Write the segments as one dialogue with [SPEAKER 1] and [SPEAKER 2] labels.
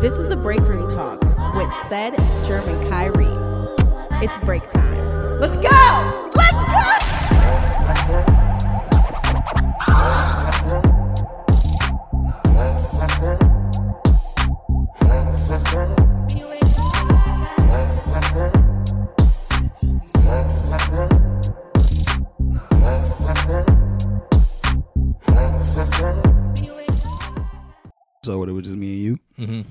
[SPEAKER 1] This is the break room talk with said German Kyrie. It's break time. Let's go! Let's go!
[SPEAKER 2] episode. It was just me and you,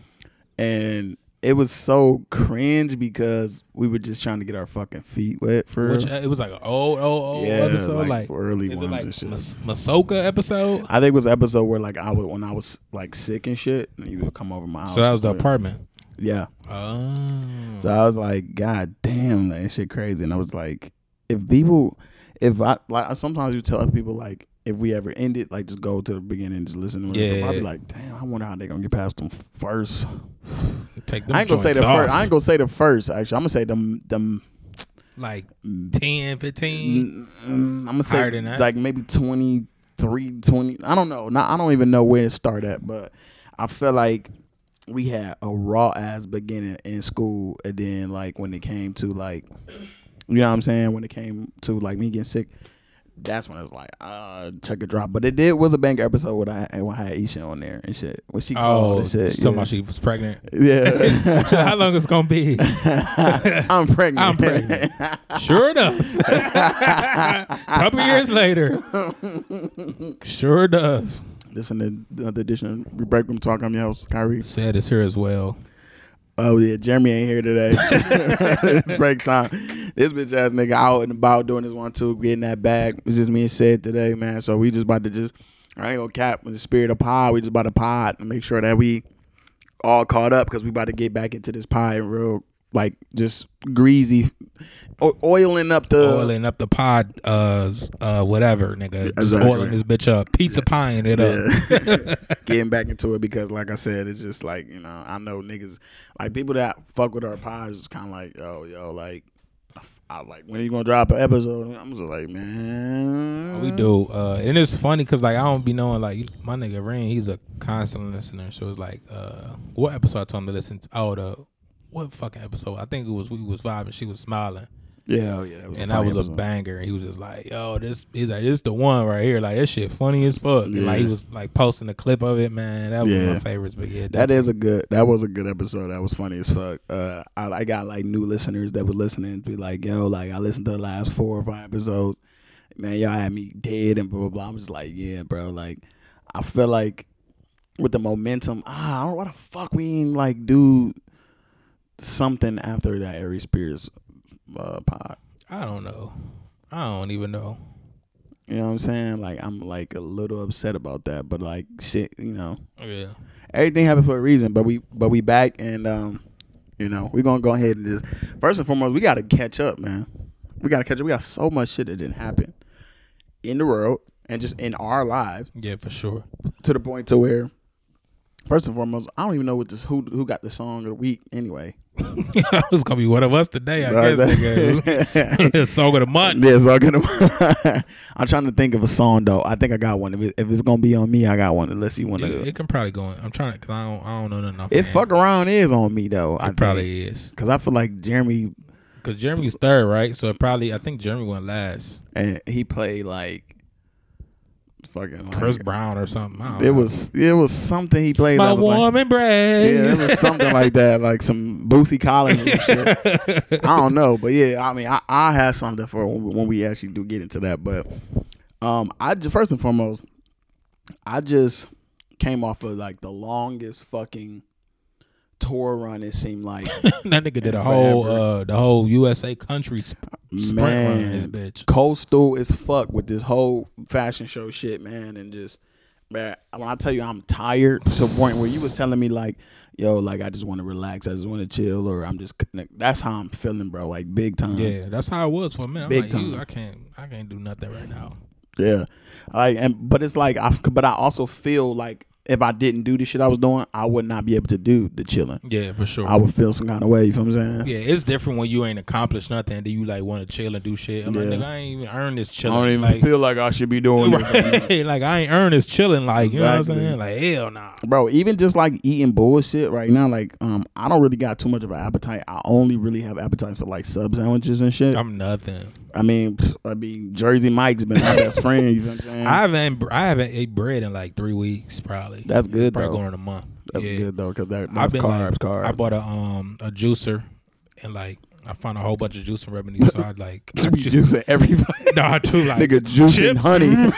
[SPEAKER 2] and it was so cringe because we were just trying to get our fucking feet wet for
[SPEAKER 3] Which
[SPEAKER 2] real.
[SPEAKER 3] uh, it was like an old, old, old
[SPEAKER 2] Yeah, like,
[SPEAKER 3] episode, like,
[SPEAKER 2] early
[SPEAKER 3] is
[SPEAKER 2] ones
[SPEAKER 3] it like
[SPEAKER 2] and shit.
[SPEAKER 3] Mas- Masoka episode.
[SPEAKER 2] I think it was the episode where like I was when I was like sick and shit, and you would come over my house.
[SPEAKER 3] So that was the
[SPEAKER 2] and-
[SPEAKER 3] apartment.
[SPEAKER 2] Yeah.
[SPEAKER 3] Oh,
[SPEAKER 2] So I was like, God damn, that shit crazy. And I was like, if people, if I like, sometimes you tell other people like, if we ever end it, like just go to the beginning and just listen. to it.
[SPEAKER 3] Yeah.
[SPEAKER 2] I'd be like, damn, I wonder how they gonna get past them first.
[SPEAKER 3] take them
[SPEAKER 2] I ain't gonna say
[SPEAKER 3] joints
[SPEAKER 2] the
[SPEAKER 3] off.
[SPEAKER 2] first. I ain't gonna say the first. Actually, I'm gonna say them them.
[SPEAKER 3] like 10, 15.
[SPEAKER 2] Mm, I'm gonna
[SPEAKER 3] Higher
[SPEAKER 2] say
[SPEAKER 3] than that?
[SPEAKER 2] like maybe 23, 20. I don't know. Not, I don't even know where it started at, but I feel like we had a raw ass beginning in school, and then like when it came to like, you know what I'm saying? When it came to like me getting sick, that's when I was like, uh, check a drop. But it did was a banger episode when I when I had Isha on there and shit. When she called
[SPEAKER 3] Oh,
[SPEAKER 2] and shit,
[SPEAKER 3] she's talking about she was pregnant.
[SPEAKER 2] yeah.
[SPEAKER 3] So How long is it gonna be?
[SPEAKER 2] yeah. I'm pregnant.
[SPEAKER 3] I'm pregnant. Sure enough. Couple years later. Sure enough.
[SPEAKER 2] This in the other edition of Break Room Talk. I'm your host, Kyrie.
[SPEAKER 3] Sad is here as well.
[SPEAKER 2] Oh yeah, Jeremy ain't here today. it's break time. This bitch ass nigga out and about doing this one too, getting that bag. It's just me and said today, man. So we just about to just I ain't gonna cap in the spirit of pod. We just about to pod and make sure that we all caught up because we about to get back into this pod and real like just greasy o- oiling up the
[SPEAKER 3] oiling up the pod, uh, s- uh, whatever, nigga. Just
[SPEAKER 2] Exactly.
[SPEAKER 3] oiling this bitch up, pizza pieing it up.
[SPEAKER 2] getting back into it because, like I said, it's just like you know, I know niggas like people that fuck with our pods is kind of like, yo, yo, like, I like when are you gonna drop an episode? And I'm just like, man,
[SPEAKER 3] We do,
[SPEAKER 2] Mm.
[SPEAKER 3] uh, and it's funny because like I don't be knowing like my nigga Ren, he's a constant listener. So it's like, uh, what episode I told him to listen to? Oh, the what fucking episode? I think it was we was vibing, she was smiling,
[SPEAKER 2] yeah, oh, yeah, that was
[SPEAKER 3] and
[SPEAKER 2] a
[SPEAKER 3] that
[SPEAKER 2] funny
[SPEAKER 3] was a
[SPEAKER 2] episode.
[SPEAKER 3] banger. And he was just like, yo, this he's like this the one right here. Like this shit funny as fuck. And, like he
[SPEAKER 2] Yeah.
[SPEAKER 3] was like posting a clip of it, man. That was
[SPEAKER 2] Yeah.
[SPEAKER 3] my favorites. But yeah,
[SPEAKER 2] That is a good. That was a good episode. That was funny as fuck. Uh, I, I got like new listeners that were listening to be like, yo, like I listened to the last four or five episodes. Man, y'all had me dead and blah blah blah. I'm just like, yeah, bro. Like, I feel like with the momentum, ah, I don't know why the fuck we ain't like do something after that Ari Spears uh, pod.
[SPEAKER 3] I don't know. I don't even know.
[SPEAKER 2] You know what I'm saying? Like, I'm like a little upset about that, but like, shit, you know.
[SPEAKER 3] Yeah.
[SPEAKER 2] everything happens for a reason. But we but we back and um, you know, we're gonna go ahead and just first and foremost, we gotta catch up, man. We gotta catch up. We got so much shit that didn't happen in the world and just in our lives
[SPEAKER 3] Yeah, for sure.
[SPEAKER 2] to the point to where first and foremost, I don't even know what this who who got the song of the week anyway.
[SPEAKER 3] it was gonna be one of us today, I guess. nigga. Song of the month.
[SPEAKER 2] Yeah, so I'm gonna. I'm trying to think of a song though. I think I got one. If, it, if it's gonna be on me, I got one. Unless you want
[SPEAKER 3] It,
[SPEAKER 2] to,
[SPEAKER 3] it can probably go. In. I'm trying to. Cause I don't. I don't know nothing. off
[SPEAKER 2] if
[SPEAKER 3] hand.
[SPEAKER 2] fuck around is on me though, I
[SPEAKER 3] It probably is.
[SPEAKER 2] because I feel like Jeremy
[SPEAKER 3] Cause Jeremy's third, right? So it probably. I think Jeremy went last.
[SPEAKER 2] and he played like fucking like,
[SPEAKER 3] Chris Brown or something. I don't
[SPEAKER 2] It
[SPEAKER 3] know.
[SPEAKER 2] was it was something he played.
[SPEAKER 3] my
[SPEAKER 2] that was
[SPEAKER 3] warm
[SPEAKER 2] like,
[SPEAKER 3] embrace.
[SPEAKER 2] yeah, it was something like that, like some Boosie Collins and shit. I don't know, but yeah, I mean, I I have something for when we, when we actually do get into that. But um, I ju- first and foremost, I just came off of like the longest fucking tour run. It seemed like
[SPEAKER 3] that nigga did a
[SPEAKER 2] And
[SPEAKER 3] whole.
[SPEAKER 2] forever.
[SPEAKER 3] Uh, the whole USA country sp- sprint run. in This
[SPEAKER 2] man,
[SPEAKER 3] bitch.
[SPEAKER 2] coastal as fuck with this whole fashion show shit, man, and just man, when I tell you I'm tired to the point where you was telling me like, yo, like I just want to relax, I just want to chill, or I'm just like, that's how I'm feeling, bro, like big time.
[SPEAKER 3] Yeah, that's how it was for me. I'm
[SPEAKER 2] Big
[SPEAKER 3] like,
[SPEAKER 2] time.
[SPEAKER 3] You, I can't. I can't do nothing right now.
[SPEAKER 2] yeah. Like, and but it's like I, but I also feel like if I didn't do the shit I was doing, I would not be able to do the chilling.
[SPEAKER 3] Yeah, for sure.
[SPEAKER 2] I would feel some kind of way. You feel what I'm saying?
[SPEAKER 3] yeah, it's different when you ain't accomplished nothing. Do you like want to chill and do shit? I'm
[SPEAKER 2] Yeah.
[SPEAKER 3] like, nigga, I ain't even earn this
[SPEAKER 2] I
[SPEAKER 3] chilling.
[SPEAKER 2] don't even
[SPEAKER 3] like,
[SPEAKER 2] feel like I should be doing this.
[SPEAKER 3] right? like I ain't earn this chilling. Like you know what I'm
[SPEAKER 2] Exactly.
[SPEAKER 3] saying? Like hell nah.
[SPEAKER 2] bro even just like eating bullshit right now like um i don't really got too much of an appetite i only really have appetites for like sub sandwiches and shit i
[SPEAKER 3] I'm nothing.
[SPEAKER 2] mean pff, i mean jersey mike's been my best friend you know what i'm saying
[SPEAKER 3] I haven't I haven't ate bread in like three weeks probably.
[SPEAKER 2] that's good
[SPEAKER 3] probably
[SPEAKER 2] though
[SPEAKER 3] going a month.
[SPEAKER 2] that's
[SPEAKER 3] Yeah.
[SPEAKER 2] good though because that,
[SPEAKER 3] I've
[SPEAKER 2] that's
[SPEAKER 3] been
[SPEAKER 2] carbs
[SPEAKER 3] like, I
[SPEAKER 2] carbs
[SPEAKER 3] bought a um a juicer and like I found a whole bunch of juicing remedies. So I like
[SPEAKER 2] to be juicing everybody
[SPEAKER 3] no, I do like
[SPEAKER 2] nigga juicing
[SPEAKER 3] chips.
[SPEAKER 2] honey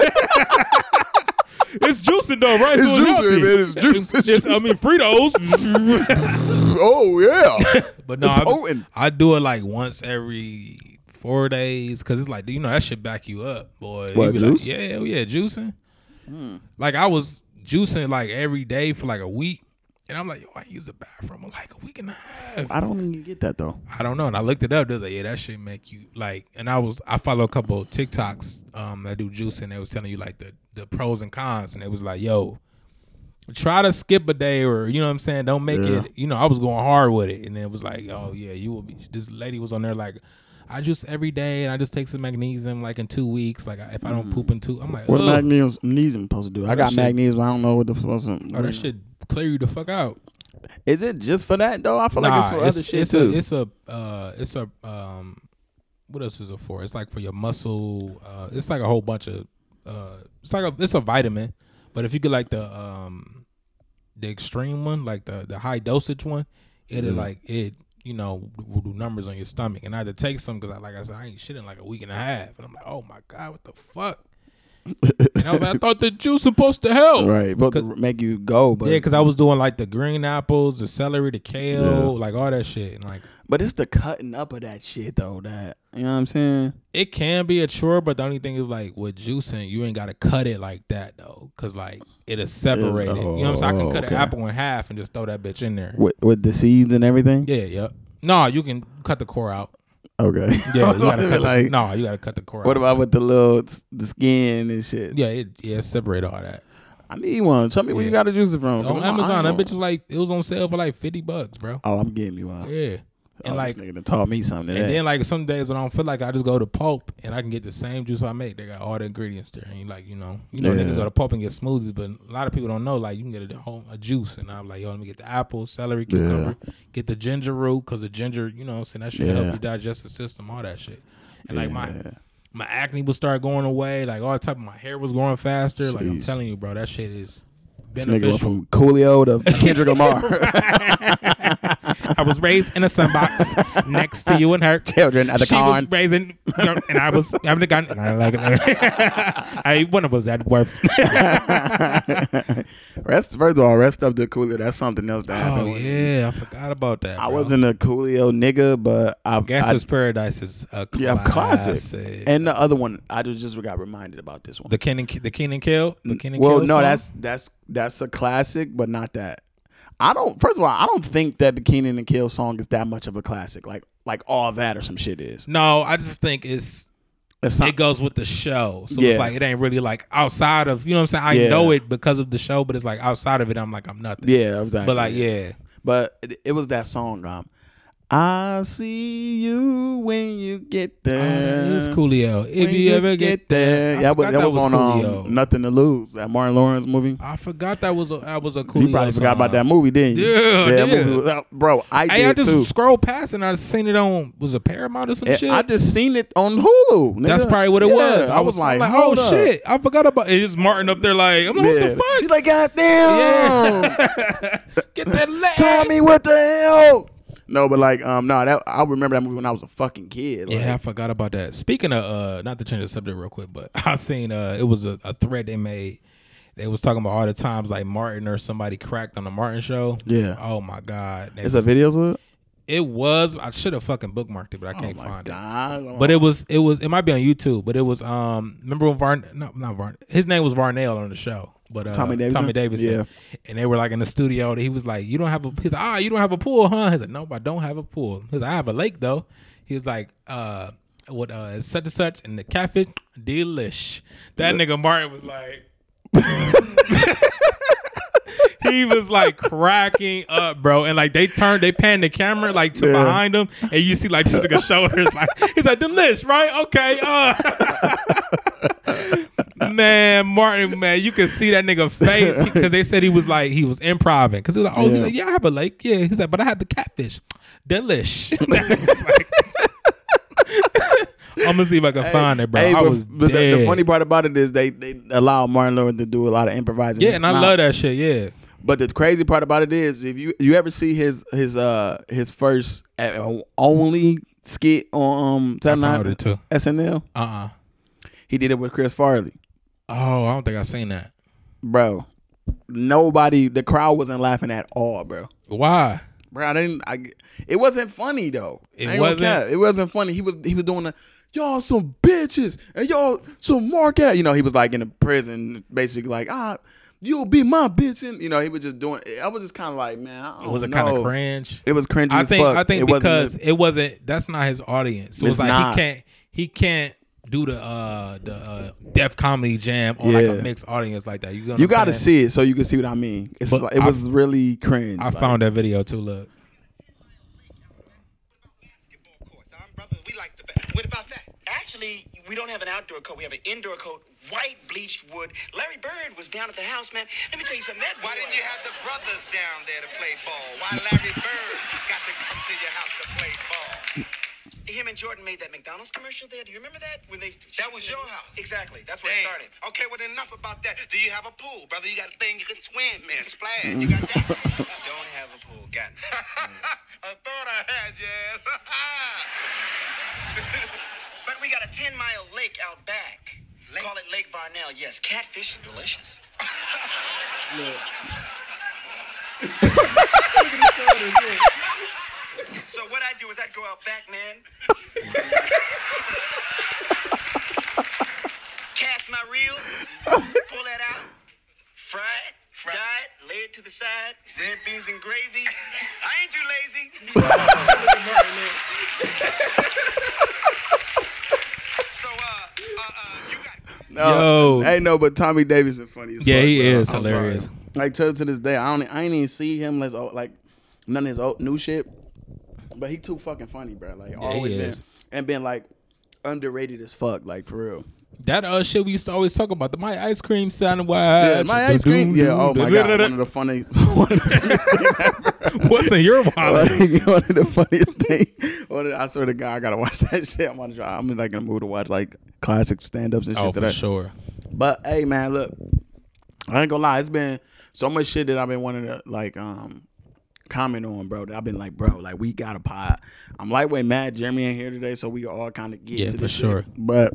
[SPEAKER 3] It's juicing though, right?
[SPEAKER 2] It's
[SPEAKER 3] So
[SPEAKER 2] juicing,
[SPEAKER 3] healthy.
[SPEAKER 2] man. It's juice. It's
[SPEAKER 3] Just- I
[SPEAKER 2] juice.
[SPEAKER 3] mean Fritos.
[SPEAKER 2] oh yeah
[SPEAKER 3] but no,
[SPEAKER 2] It's
[SPEAKER 3] I,
[SPEAKER 2] potent.
[SPEAKER 3] I do it like once every four days because it's like you know that should back you up, boy. You
[SPEAKER 2] What,
[SPEAKER 3] be like,
[SPEAKER 2] juice?
[SPEAKER 3] yeah, hell yeah, juicing.
[SPEAKER 2] Hmm.
[SPEAKER 3] Like I was juicing like every day for like a week, and I'm like, yo, I used the bathroom for like a week and a half.
[SPEAKER 2] i don't even get that though
[SPEAKER 3] I don't know. And I looked it up. They was like, yeah, that shit make you like. And I was, I follow a couple of TikToks um, that do juice, and they was telling you like the the pros and cons, and it was like, yo, try to skip a day, or you know what I'm saying, don't make
[SPEAKER 2] Yeah.
[SPEAKER 3] it. You know, I was going hard with it, and it was like, oh yeah, you will be. This lady was on there like. I juice every day, and I just take some magnesium like in two weeks. Like if I don't poop in two, I'm like,
[SPEAKER 2] Mm. what
[SPEAKER 3] oh,
[SPEAKER 2] magnesium magnesium supposed to do i
[SPEAKER 3] that
[SPEAKER 2] got
[SPEAKER 3] shit-
[SPEAKER 2] magnesium i don't know what the fuck
[SPEAKER 3] oh, that shit clear you the fuck out.
[SPEAKER 2] is it just for that though i feel like it's for other shit
[SPEAKER 3] it's
[SPEAKER 2] too
[SPEAKER 3] A, it's a uh, it's a um, what else is it for? It's like for your muscle. Uh, it's like a whole bunch of uh, it's like a it's a vitamin, but if you get like the um, the extreme one, like the the high dosage one, it'll
[SPEAKER 2] Mm.
[SPEAKER 3] like it you know will do numbers on your stomach. And I had to take some because I like I said I ain't shit in like a week and a half, and I'm like, oh my god, what the fuck. and I, was like, I thought the juice supposed to help.
[SPEAKER 2] right but to make you go but
[SPEAKER 3] Yeah, because I was doing like the green apples, the celery, the kale, like all that shit. And like
[SPEAKER 2] But it's the cutting up of that shit though. That you know what I'm saying?
[SPEAKER 3] it can be a chore, but the only thing is like with juicing, you ain't gotta cut it like that though. Cause like it'll separate it. You know what I'm saying? I
[SPEAKER 2] Oh,
[SPEAKER 3] can cut
[SPEAKER 2] okay.
[SPEAKER 3] an apple in half and just throw that bitch in there.
[SPEAKER 2] With with the seeds and everything.
[SPEAKER 3] Yeah, yep. No, you can cut the core out.
[SPEAKER 2] Okay.
[SPEAKER 3] Yeah, you gotta cut
[SPEAKER 2] like
[SPEAKER 3] the, no, you gotta cut the core
[SPEAKER 2] what
[SPEAKER 3] out.
[SPEAKER 2] about with the little s- the skin and shit?
[SPEAKER 3] yeah, it, yeah, separate all that.
[SPEAKER 2] I need one. Tell me where you
[SPEAKER 3] Yeah.
[SPEAKER 2] got to juice it from. 'cause I'm-
[SPEAKER 3] On
[SPEAKER 2] I
[SPEAKER 3] Amazon, that
[SPEAKER 2] don't-
[SPEAKER 3] bitch was like it was on sale for like fifty bucks, bro.
[SPEAKER 2] Oh, I'm getting you one.
[SPEAKER 3] Yeah.
[SPEAKER 2] Oh,
[SPEAKER 3] And like
[SPEAKER 2] this nigga done taught me something.
[SPEAKER 3] And
[SPEAKER 2] today.
[SPEAKER 3] then like some days when I don't feel like it, I just go to pulp and I can get the same juice I make. They got all the ingredients there. And you like, you know, you know
[SPEAKER 2] Yeah.
[SPEAKER 3] niggas go to pulp and get smoothies, but a lot of people don't know. Like you can get a whole a juice and I'm like, yo, let me get the apple, celery, cucumber, get the ginger root, cause the ginger, you know what I'm saying, that shit help
[SPEAKER 2] Yeah.
[SPEAKER 3] your digestive system, all that shit. And like my my acne would start going away, like all type of my hair was growing faster. Like I'm
[SPEAKER 2] Jeez.
[SPEAKER 3] telling you, bro, that shit is
[SPEAKER 2] this nigga went
[SPEAKER 3] beneficial.
[SPEAKER 2] from Coolio to Kendrick Lamar.
[SPEAKER 3] I was raised in a sunbox next to you and her
[SPEAKER 2] Children at the
[SPEAKER 3] she
[SPEAKER 2] con.
[SPEAKER 3] was raising, and I was having a gun. And I like, I one of us at work.
[SPEAKER 2] rest first of all, rest up to Coolio. That's something else that happened.
[SPEAKER 3] oh
[SPEAKER 2] with-
[SPEAKER 3] yeah, I forgot about that.
[SPEAKER 2] I
[SPEAKER 3] bro.
[SPEAKER 2] wasn't a Coolio nigga, but I I,
[SPEAKER 3] Gangsta's Paradise is a classic.
[SPEAKER 2] yeah, classic. And the other one, I just, just got reminded about this one.
[SPEAKER 3] the Ken and the Ken and Kill. The Ken and
[SPEAKER 2] well,
[SPEAKER 3] Kill
[SPEAKER 2] no,
[SPEAKER 3] song?
[SPEAKER 2] that's that's that's a classic, but not that. I don't. First of all, I don't think that the Keenan and Kill song is that much of a classic. Like like all that or some shit is.
[SPEAKER 3] no. I just think it's
[SPEAKER 2] It's not,
[SPEAKER 3] it goes with the show, so
[SPEAKER 2] Yeah.
[SPEAKER 3] it's like it ain't really like outside of you know what I'm saying. I
[SPEAKER 2] Yeah.
[SPEAKER 3] know it because of the show, but it's like outside of it, I'm like I'm nothing.
[SPEAKER 2] yeah, exactly.
[SPEAKER 3] But like yeah,
[SPEAKER 2] but it, it was that song. Um, I see you when you get there.
[SPEAKER 3] Ah, it's Coolio. If
[SPEAKER 2] When
[SPEAKER 3] you, ever get,
[SPEAKER 2] there,
[SPEAKER 3] I
[SPEAKER 2] yeah, that was,
[SPEAKER 3] forgot
[SPEAKER 2] that
[SPEAKER 3] that
[SPEAKER 2] was
[SPEAKER 3] was
[SPEAKER 2] on
[SPEAKER 3] Coolio.
[SPEAKER 2] um, Nothing to Lose, that Martin Lawrence movie.
[SPEAKER 3] I forgot that was a that was a Coolio.
[SPEAKER 2] You probably forgot about
[SPEAKER 3] song.
[SPEAKER 2] that movie, didn't you?
[SPEAKER 3] Yeah,
[SPEAKER 2] that
[SPEAKER 3] yeah.
[SPEAKER 2] movie was out. bro. I
[SPEAKER 3] Hey,
[SPEAKER 2] did
[SPEAKER 3] I just
[SPEAKER 2] too.
[SPEAKER 3] scrolled past and I seen it on was it Paramount or some
[SPEAKER 2] Yeah,
[SPEAKER 3] shit.
[SPEAKER 2] I just seen it on Hulu. nigga.
[SPEAKER 3] That's probably what it
[SPEAKER 2] Yeah,
[SPEAKER 3] was.
[SPEAKER 2] I was like,
[SPEAKER 3] I'm oh
[SPEAKER 2] hold up.
[SPEAKER 3] shit, I forgot about it. Is Martin up there like I'm like
[SPEAKER 2] Yeah.
[SPEAKER 3] what the
[SPEAKER 2] She's like, God damn.
[SPEAKER 3] fuck? Get that leg.
[SPEAKER 2] Tommy, what the hell? No, but like, um, no, that I remember that movie when I was a fucking kid. Like,
[SPEAKER 3] Yeah, I forgot about that. Speaking of, uh, not to change the subject real quick, but I seen uh, it was a, a thread they made. They was talking about all the times like Martin or somebody cracked on the Martin show.
[SPEAKER 2] Yeah.
[SPEAKER 3] Oh my god. They
[SPEAKER 2] It's a
[SPEAKER 3] was-
[SPEAKER 2] videos with.
[SPEAKER 3] it was. I should have fucking bookmarked it, but I
[SPEAKER 2] Oh
[SPEAKER 3] can't find it.
[SPEAKER 2] God.
[SPEAKER 3] But it was it was it might be on YouTube, but it was um remember when Varn not not Varn his name was Varnell on the show. But uh,
[SPEAKER 2] Tommy Davidson?
[SPEAKER 3] Tommy Davidson.
[SPEAKER 2] Yeah.
[SPEAKER 3] And they were like in the studio and he was like, You don't have a he's like, ah, you don't have a pool, huh? He's like, Nope, I don't have a pool. He's like, I have a lake though. He was like, uh what uh it's such and such and the catfish delish. That nigga Martin was like he was like cracking up, bro. And like they turned, they panned the camera like to
[SPEAKER 2] Yeah.
[SPEAKER 3] behind him, and you see like this nigga shoulders. Like he's like delish, right? Okay, uh. man, Martin, man, you can see that nigga face because they said he was like he was improving because he was like, oh, yeah.
[SPEAKER 2] Yeah.
[SPEAKER 3] Like, yeah, I have a lake, yeah. He's like, but I have the catfish, delish. Like- I'm gonna see if I can find it, bro.
[SPEAKER 2] Hey,
[SPEAKER 3] I
[SPEAKER 2] but,
[SPEAKER 3] was
[SPEAKER 2] but the- the,
[SPEAKER 3] dead.
[SPEAKER 2] funny part about it is they, they allow Martin Lawrence to do a lot of improvising.
[SPEAKER 3] yeah, and I
[SPEAKER 2] It's not-
[SPEAKER 3] love that shit. Yeah,
[SPEAKER 2] But the crazy part about it is, if you you ever see his his uh his first uh, only skit on um Saturday
[SPEAKER 3] I
[SPEAKER 2] Night
[SPEAKER 3] found it too.
[SPEAKER 2] SNL,
[SPEAKER 3] Uh uh
[SPEAKER 2] he did it with Chris Farley,
[SPEAKER 3] Oh, I don't think I've seen that.
[SPEAKER 2] bro. Nobody, the crowd wasn't laughing at all, bro.
[SPEAKER 3] Why?
[SPEAKER 2] Bro, I didn't. I, it wasn't funny though. I
[SPEAKER 3] It
[SPEAKER 2] ain't gonna
[SPEAKER 3] wasn't?
[SPEAKER 2] cap. It wasn't funny. He was he was doing the y'all some bitches and y'all some mark out. You know, he was like in a prison, basically like ah. You'll be my bitch, and you know he was just doing. I was just kind of like, man, I don't
[SPEAKER 3] It was it
[SPEAKER 2] know.
[SPEAKER 3] kind of cringe?
[SPEAKER 2] Oh, It was cringy.
[SPEAKER 3] I
[SPEAKER 2] as
[SPEAKER 3] think
[SPEAKER 2] fuck.
[SPEAKER 3] I think
[SPEAKER 2] it wasn't
[SPEAKER 3] because it wasn't that's not his audience. So it's,
[SPEAKER 2] It's
[SPEAKER 3] like
[SPEAKER 2] not.
[SPEAKER 3] he can't he can't do the uh the uh deaf comedy jam on like
[SPEAKER 2] Yeah.
[SPEAKER 3] a mixed audience like that. You,
[SPEAKER 2] you got to see it so you can see what I mean. It's
[SPEAKER 3] But
[SPEAKER 2] like, it
[SPEAKER 3] I-
[SPEAKER 2] was really cringe.
[SPEAKER 3] I
[SPEAKER 2] like,
[SPEAKER 3] found that video too. Look,
[SPEAKER 4] basketball courts, huh? brother? We like the best. What about that?
[SPEAKER 5] Actually, we don't have an outdoor coat. We have an indoor coat, white bleached wood. Larry Bird was down at the house, man. Let me tell you something. That
[SPEAKER 4] Why didn't you have the brothers down there to play ball? Why Larry Bird got to come to your house to play ball?
[SPEAKER 5] Him and Jordan made that McDonald's commercial there. Do you remember that? When they
[SPEAKER 4] That was your house.
[SPEAKER 5] Exactly. That's where it
[SPEAKER 4] Damn.
[SPEAKER 5] started.
[SPEAKER 4] Okay, well enough about that. Do you have a pool, brother? You got a thing you can swim in, splash. You got that?
[SPEAKER 5] Don't have a pool. Got it.
[SPEAKER 4] I thought I had yes.
[SPEAKER 5] But we got a 10 mile lake out back. Call it Lake Varnell. Yes, catfish are delicious. so what I do is I go out back, man. Cast my reel, pull that out, fry it, dye it, lay it to the side, red beans and gravy. I ain't too lazy.
[SPEAKER 4] so uh, uh, uh, you got.
[SPEAKER 2] no,
[SPEAKER 3] Yo.
[SPEAKER 2] ain't no, but Tommy Davidson funny. As
[SPEAKER 3] yeah,
[SPEAKER 2] fuck,
[SPEAKER 3] he
[SPEAKER 2] bro.
[SPEAKER 3] is
[SPEAKER 2] I'm sorry.
[SPEAKER 3] hilarious.
[SPEAKER 2] Like to to this day, I don't, I ain't even see him less old, like none of his old new shit. But he too fucking funny, bro. Like always been
[SPEAKER 3] is.
[SPEAKER 2] and been like underrated as fuck, like for real.
[SPEAKER 3] That uh shit we used to always talk about the my ice cream sound.
[SPEAKER 2] Yeah, my ice cream. Yeah, oh my god, one of the funny, one of the funniest things ever.
[SPEAKER 3] What's in your wallet?
[SPEAKER 2] Like, one of the funniest thing. One of the- I swear to God, I gotta watch that shit. I'm gonna try. I'm like in a mood to watch like classic stand ups and shit.
[SPEAKER 3] Oh,
[SPEAKER 2] that
[SPEAKER 3] for
[SPEAKER 2] I-
[SPEAKER 3] sure.
[SPEAKER 2] But hey, man, look, I ain't gonna lie. It's been so much shit that I've been wanting to like um comment on, bro. That I've been like, bro, like we got a pod. I'm lightweight mad. Jeremy in here today, so we can all kind of get
[SPEAKER 3] Yeah,
[SPEAKER 2] to
[SPEAKER 3] for
[SPEAKER 2] this shit.
[SPEAKER 3] sure.
[SPEAKER 2] But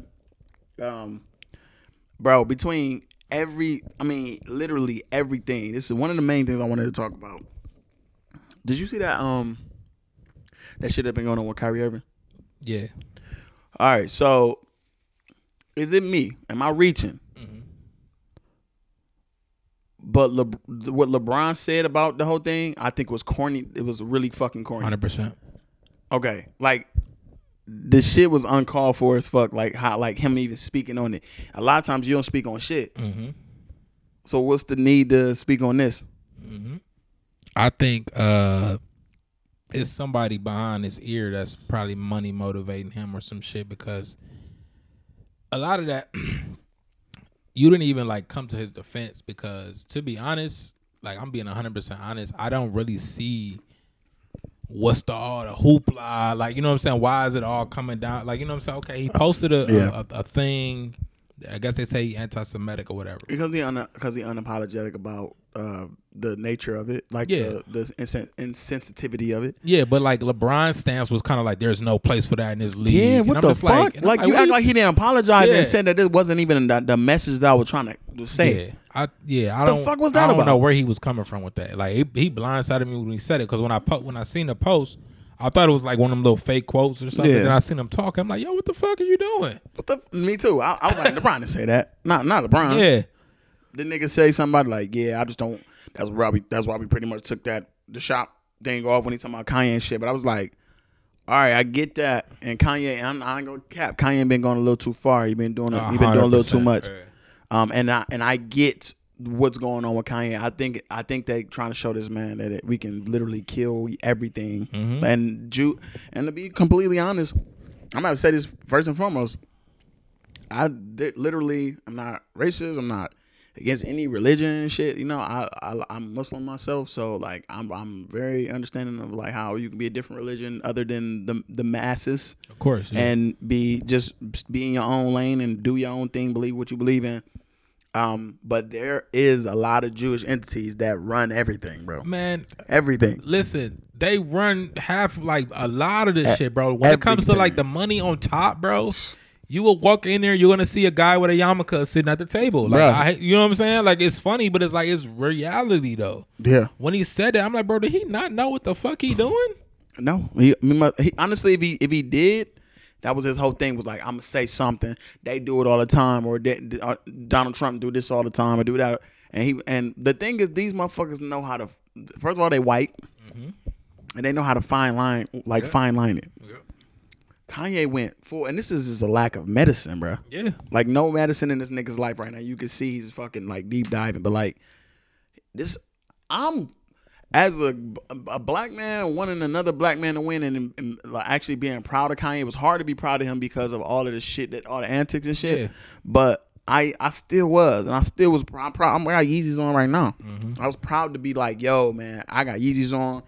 [SPEAKER 2] um, bro, between every, I mean, literally everything. This is one of the main things I wanted to talk about. Did you see that um that shit that been going on with Kyrie Irving?
[SPEAKER 3] Yeah,
[SPEAKER 2] All right, so is it me? Am I reaching? But Le- what LeBron said about the whole thing, I think was corny. It was really fucking corny.
[SPEAKER 3] hundred percent.
[SPEAKER 2] Okay, like the shit was uncalled for as fuck. Like how, like him even speaking on it. A lot of times you don't speak on shit.
[SPEAKER 3] Mm-hmm.
[SPEAKER 2] So what's the need to speak on this?
[SPEAKER 3] I think uh it's somebody behind his ear that's probably money motivating him or some shit because a lot of that you didn't even like come to his defense because to be honest, like I'm being 100% honest, I don't really see what's the all the hoopla like you know what I'm saying why is it all coming down like you know what I'm saying okay he posted a
[SPEAKER 2] Yeah.
[SPEAKER 3] a, a, a thing I guess they say anti-Semitic or whatever
[SPEAKER 2] Because he un- because he unapologetic about uh, the nature of it, like
[SPEAKER 3] Yeah.
[SPEAKER 2] the, the insen- insensitivity of it.
[SPEAKER 3] Yeah, but like LeBron's stance was kind of like there's no place for that in this league.
[SPEAKER 2] Yeah,
[SPEAKER 3] And
[SPEAKER 2] what
[SPEAKER 3] I'm
[SPEAKER 2] the
[SPEAKER 3] just
[SPEAKER 2] fuck?
[SPEAKER 3] and I'm
[SPEAKER 2] Like, you
[SPEAKER 3] what
[SPEAKER 2] act
[SPEAKER 3] are
[SPEAKER 2] like he didn't apologize
[SPEAKER 3] Yeah.
[SPEAKER 2] and said that this wasn't even the, the message that I was trying to say.
[SPEAKER 3] Yeah, I yeah I
[SPEAKER 2] The
[SPEAKER 3] don't.
[SPEAKER 2] fuck was that
[SPEAKER 3] I don't
[SPEAKER 2] about?
[SPEAKER 3] know where he was coming from with that. Like he, he blindsided me when he said it because when I po- when I seen the post, I thought it was like one of them little fake quotes or something.
[SPEAKER 2] Yeah.
[SPEAKER 3] Then I seen him talking. I'm like, yo, what the fuck are you doing?
[SPEAKER 2] What the? f- Me too. I, I was like, LeBron didn't say that. Not not LeBron.
[SPEAKER 3] Yeah,
[SPEAKER 2] The nigga say somebody like, yeah, I just don't. That's why we. That's why we pretty much took that the shop thing off when he talking about Kanye and shit. But I was like, all right, I get that. And Kanye, I'm I ain't gonna cap. Kanye been going a little too far. He been doing. A, he been doing a little too
[SPEAKER 3] 100%,
[SPEAKER 2] much.
[SPEAKER 3] yeah.
[SPEAKER 2] Um, and I and I get what's going on with Kanye. I think I think they trying to show this man that it, we can literally kill everything. And Ju and to be completely honest, I'm gonna say this first and foremost. I di- literally I'm not racist. I'm not against any religion and shit. You know, I, I I'm Muslim myself, so like I'm I'm very understanding of like how you can be a different religion other than the the masses
[SPEAKER 3] Of course. yeah.
[SPEAKER 2] and be just be in your own lane and do your own thing, believe what you believe in. Um, but there is a lot of Jewish entities that run everything, bro.
[SPEAKER 3] man,
[SPEAKER 2] Everything.
[SPEAKER 3] listen, they run half like a lot of this shit, bro. When it comes to
[SPEAKER 2] E-
[SPEAKER 3] like
[SPEAKER 2] everything.
[SPEAKER 3] the money on top, bro, you will walk in there, you're gonna see a guy with a yarmulke sitting at the table. Like,
[SPEAKER 2] Bruh.
[SPEAKER 3] I, you know what I'm saying? Like, it's funny, but it's like it's reality though.
[SPEAKER 2] Yeah.
[SPEAKER 3] When he said that, I'm like, bro, did he not know what the fuck he doing?
[SPEAKER 2] No, he, he mu- he- honestly, if he if he did, that was his whole thing. Was like, I'm gonna say something. They do it all the time, or, they, or Donald Trump do this all the time, or do that. And he and the thing is, these motherfuckers know how to. First of all, they white, and they know how to fine line, like fine line it. Kanye went full, and this is just a lack of medicine, bro.
[SPEAKER 3] Yeah.
[SPEAKER 2] Like no medicine in this nigga's life right now. You can see he's fucking like deep diving, but like this, I'm as a, a black man wanting another black man to win and, and, like, actually being proud of Kanye. It was hard to be proud of him because of all of the shit that all the antics and shit.
[SPEAKER 3] Yeah.
[SPEAKER 2] But I I still was, and I still was. pr- I'm proud. I'm I got Yeezys on right now. I was proud to be like, yo, man, I got Yeezys on.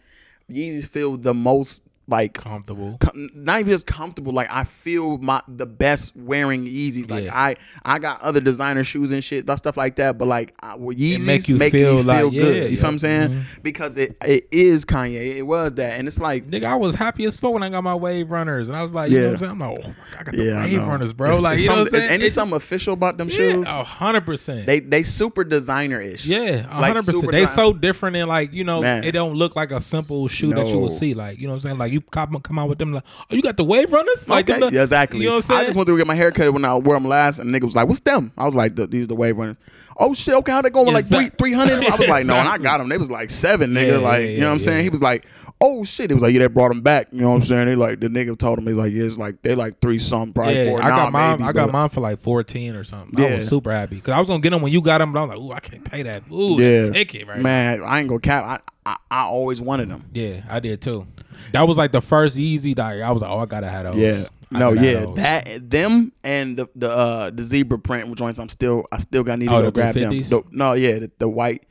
[SPEAKER 2] Yeezys feel the most like
[SPEAKER 3] Comfortable.
[SPEAKER 2] com- not even just comfortable. Like I feel my the best wearing Yeezys. Like
[SPEAKER 3] Yeah.
[SPEAKER 2] I I got other designer shoes and shit, that stuff like that. But like I, well, Yeezys make,
[SPEAKER 3] make you
[SPEAKER 2] you
[SPEAKER 3] feel
[SPEAKER 2] me feel
[SPEAKER 3] like-
[SPEAKER 2] good.
[SPEAKER 3] yeah,
[SPEAKER 2] you know
[SPEAKER 3] yeah. Mm-hmm.
[SPEAKER 2] what I'm saying? Because it it is Kanye. It was that, and it's like
[SPEAKER 3] Nigga, I was happy as fuck when I got my wave runners, and I was like, you know
[SPEAKER 2] Yeah.
[SPEAKER 3] what I'm saying? I'm like, oh, my God, I got the
[SPEAKER 2] yeah, I
[SPEAKER 3] wave
[SPEAKER 2] know.
[SPEAKER 3] runners, bro.
[SPEAKER 2] It's-
[SPEAKER 3] like,
[SPEAKER 2] it's
[SPEAKER 3] you know what I'm
[SPEAKER 2] some-
[SPEAKER 3] saying?
[SPEAKER 2] And it's
[SPEAKER 3] It's-
[SPEAKER 2] something official about them shoes.
[SPEAKER 3] yeah, a hundred percent.
[SPEAKER 2] They they super designer ish.
[SPEAKER 3] Yeah, a
[SPEAKER 2] Like,
[SPEAKER 3] hundred percent.
[SPEAKER 2] super
[SPEAKER 3] They
[SPEAKER 2] dri-
[SPEAKER 3] so different and like you know,
[SPEAKER 2] Man.
[SPEAKER 3] it don't look like a simple shoe that you will
[SPEAKER 2] No.
[SPEAKER 3] see. Like you know what I'm saying. Like you come come out with them like, oh, you got the wave runners. Like
[SPEAKER 2] Okay,
[SPEAKER 3] them the-
[SPEAKER 2] yeah, exactly.
[SPEAKER 3] You know what I'm saying.
[SPEAKER 2] I just went through to get my hair cut when I wore them last, and the nigga was like, "What's them?" I was like, "The- "These the wave runners." Oh shit! Okay, how they going? Like three
[SPEAKER 3] Exact-
[SPEAKER 2] three hundred? I was like, "No," and I
[SPEAKER 3] Exactly.
[SPEAKER 2] got them. They was like seven,
[SPEAKER 3] Yeah,
[SPEAKER 2] nigga. like
[SPEAKER 3] yeah,
[SPEAKER 2] you know what I'm
[SPEAKER 3] yeah,
[SPEAKER 2] saying? He was like, "Oh shit!" It was like, "Yeah, they brought them back." You know what I'm saying? They like the nigga told him he's like, "Yeah, it's like they like three something, probably
[SPEAKER 3] yeah,
[SPEAKER 2] four.
[SPEAKER 3] I
[SPEAKER 2] nah,
[SPEAKER 3] got mine.
[SPEAKER 2] maybe,
[SPEAKER 3] I got
[SPEAKER 2] but-
[SPEAKER 3] mine for like fourteen or something. I
[SPEAKER 2] Yeah.
[SPEAKER 3] was super happy because I was gonna get them when you got them, but I was like, ooh, I can't pay that. Ooh,
[SPEAKER 2] Yeah,
[SPEAKER 3] yeah. ticket right. now.
[SPEAKER 2] man. I ain't gonna cap. I, I I always wanted them.
[SPEAKER 3] Yeah, I did too. That was like the first easy. Like I was like, oh, I gotta have those.
[SPEAKER 2] Yeah.
[SPEAKER 3] I
[SPEAKER 2] No,
[SPEAKER 3] gotta have
[SPEAKER 2] yeah,
[SPEAKER 3] those.
[SPEAKER 2] that them and the the uh, the zebra print which ones I'm still I still got need to
[SPEAKER 3] Oh,
[SPEAKER 2] go
[SPEAKER 3] the
[SPEAKER 2] grab them.
[SPEAKER 3] 350s?
[SPEAKER 2] The- no, yeah, the, the white,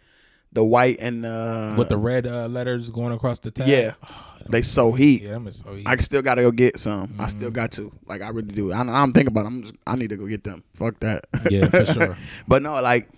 [SPEAKER 2] the white and uh,
[SPEAKER 3] with the Oh, red uh, letters going across the tab.
[SPEAKER 2] yeah, they so heat.
[SPEAKER 3] yeah, Mm-hmm. them is so easy.
[SPEAKER 2] I still gotta go get some. I still got to. Like I really do. I, I'm thinking about. It. I'm just. I need to go get them. Fuck that.
[SPEAKER 3] Yeah, for sure.
[SPEAKER 2] but no, like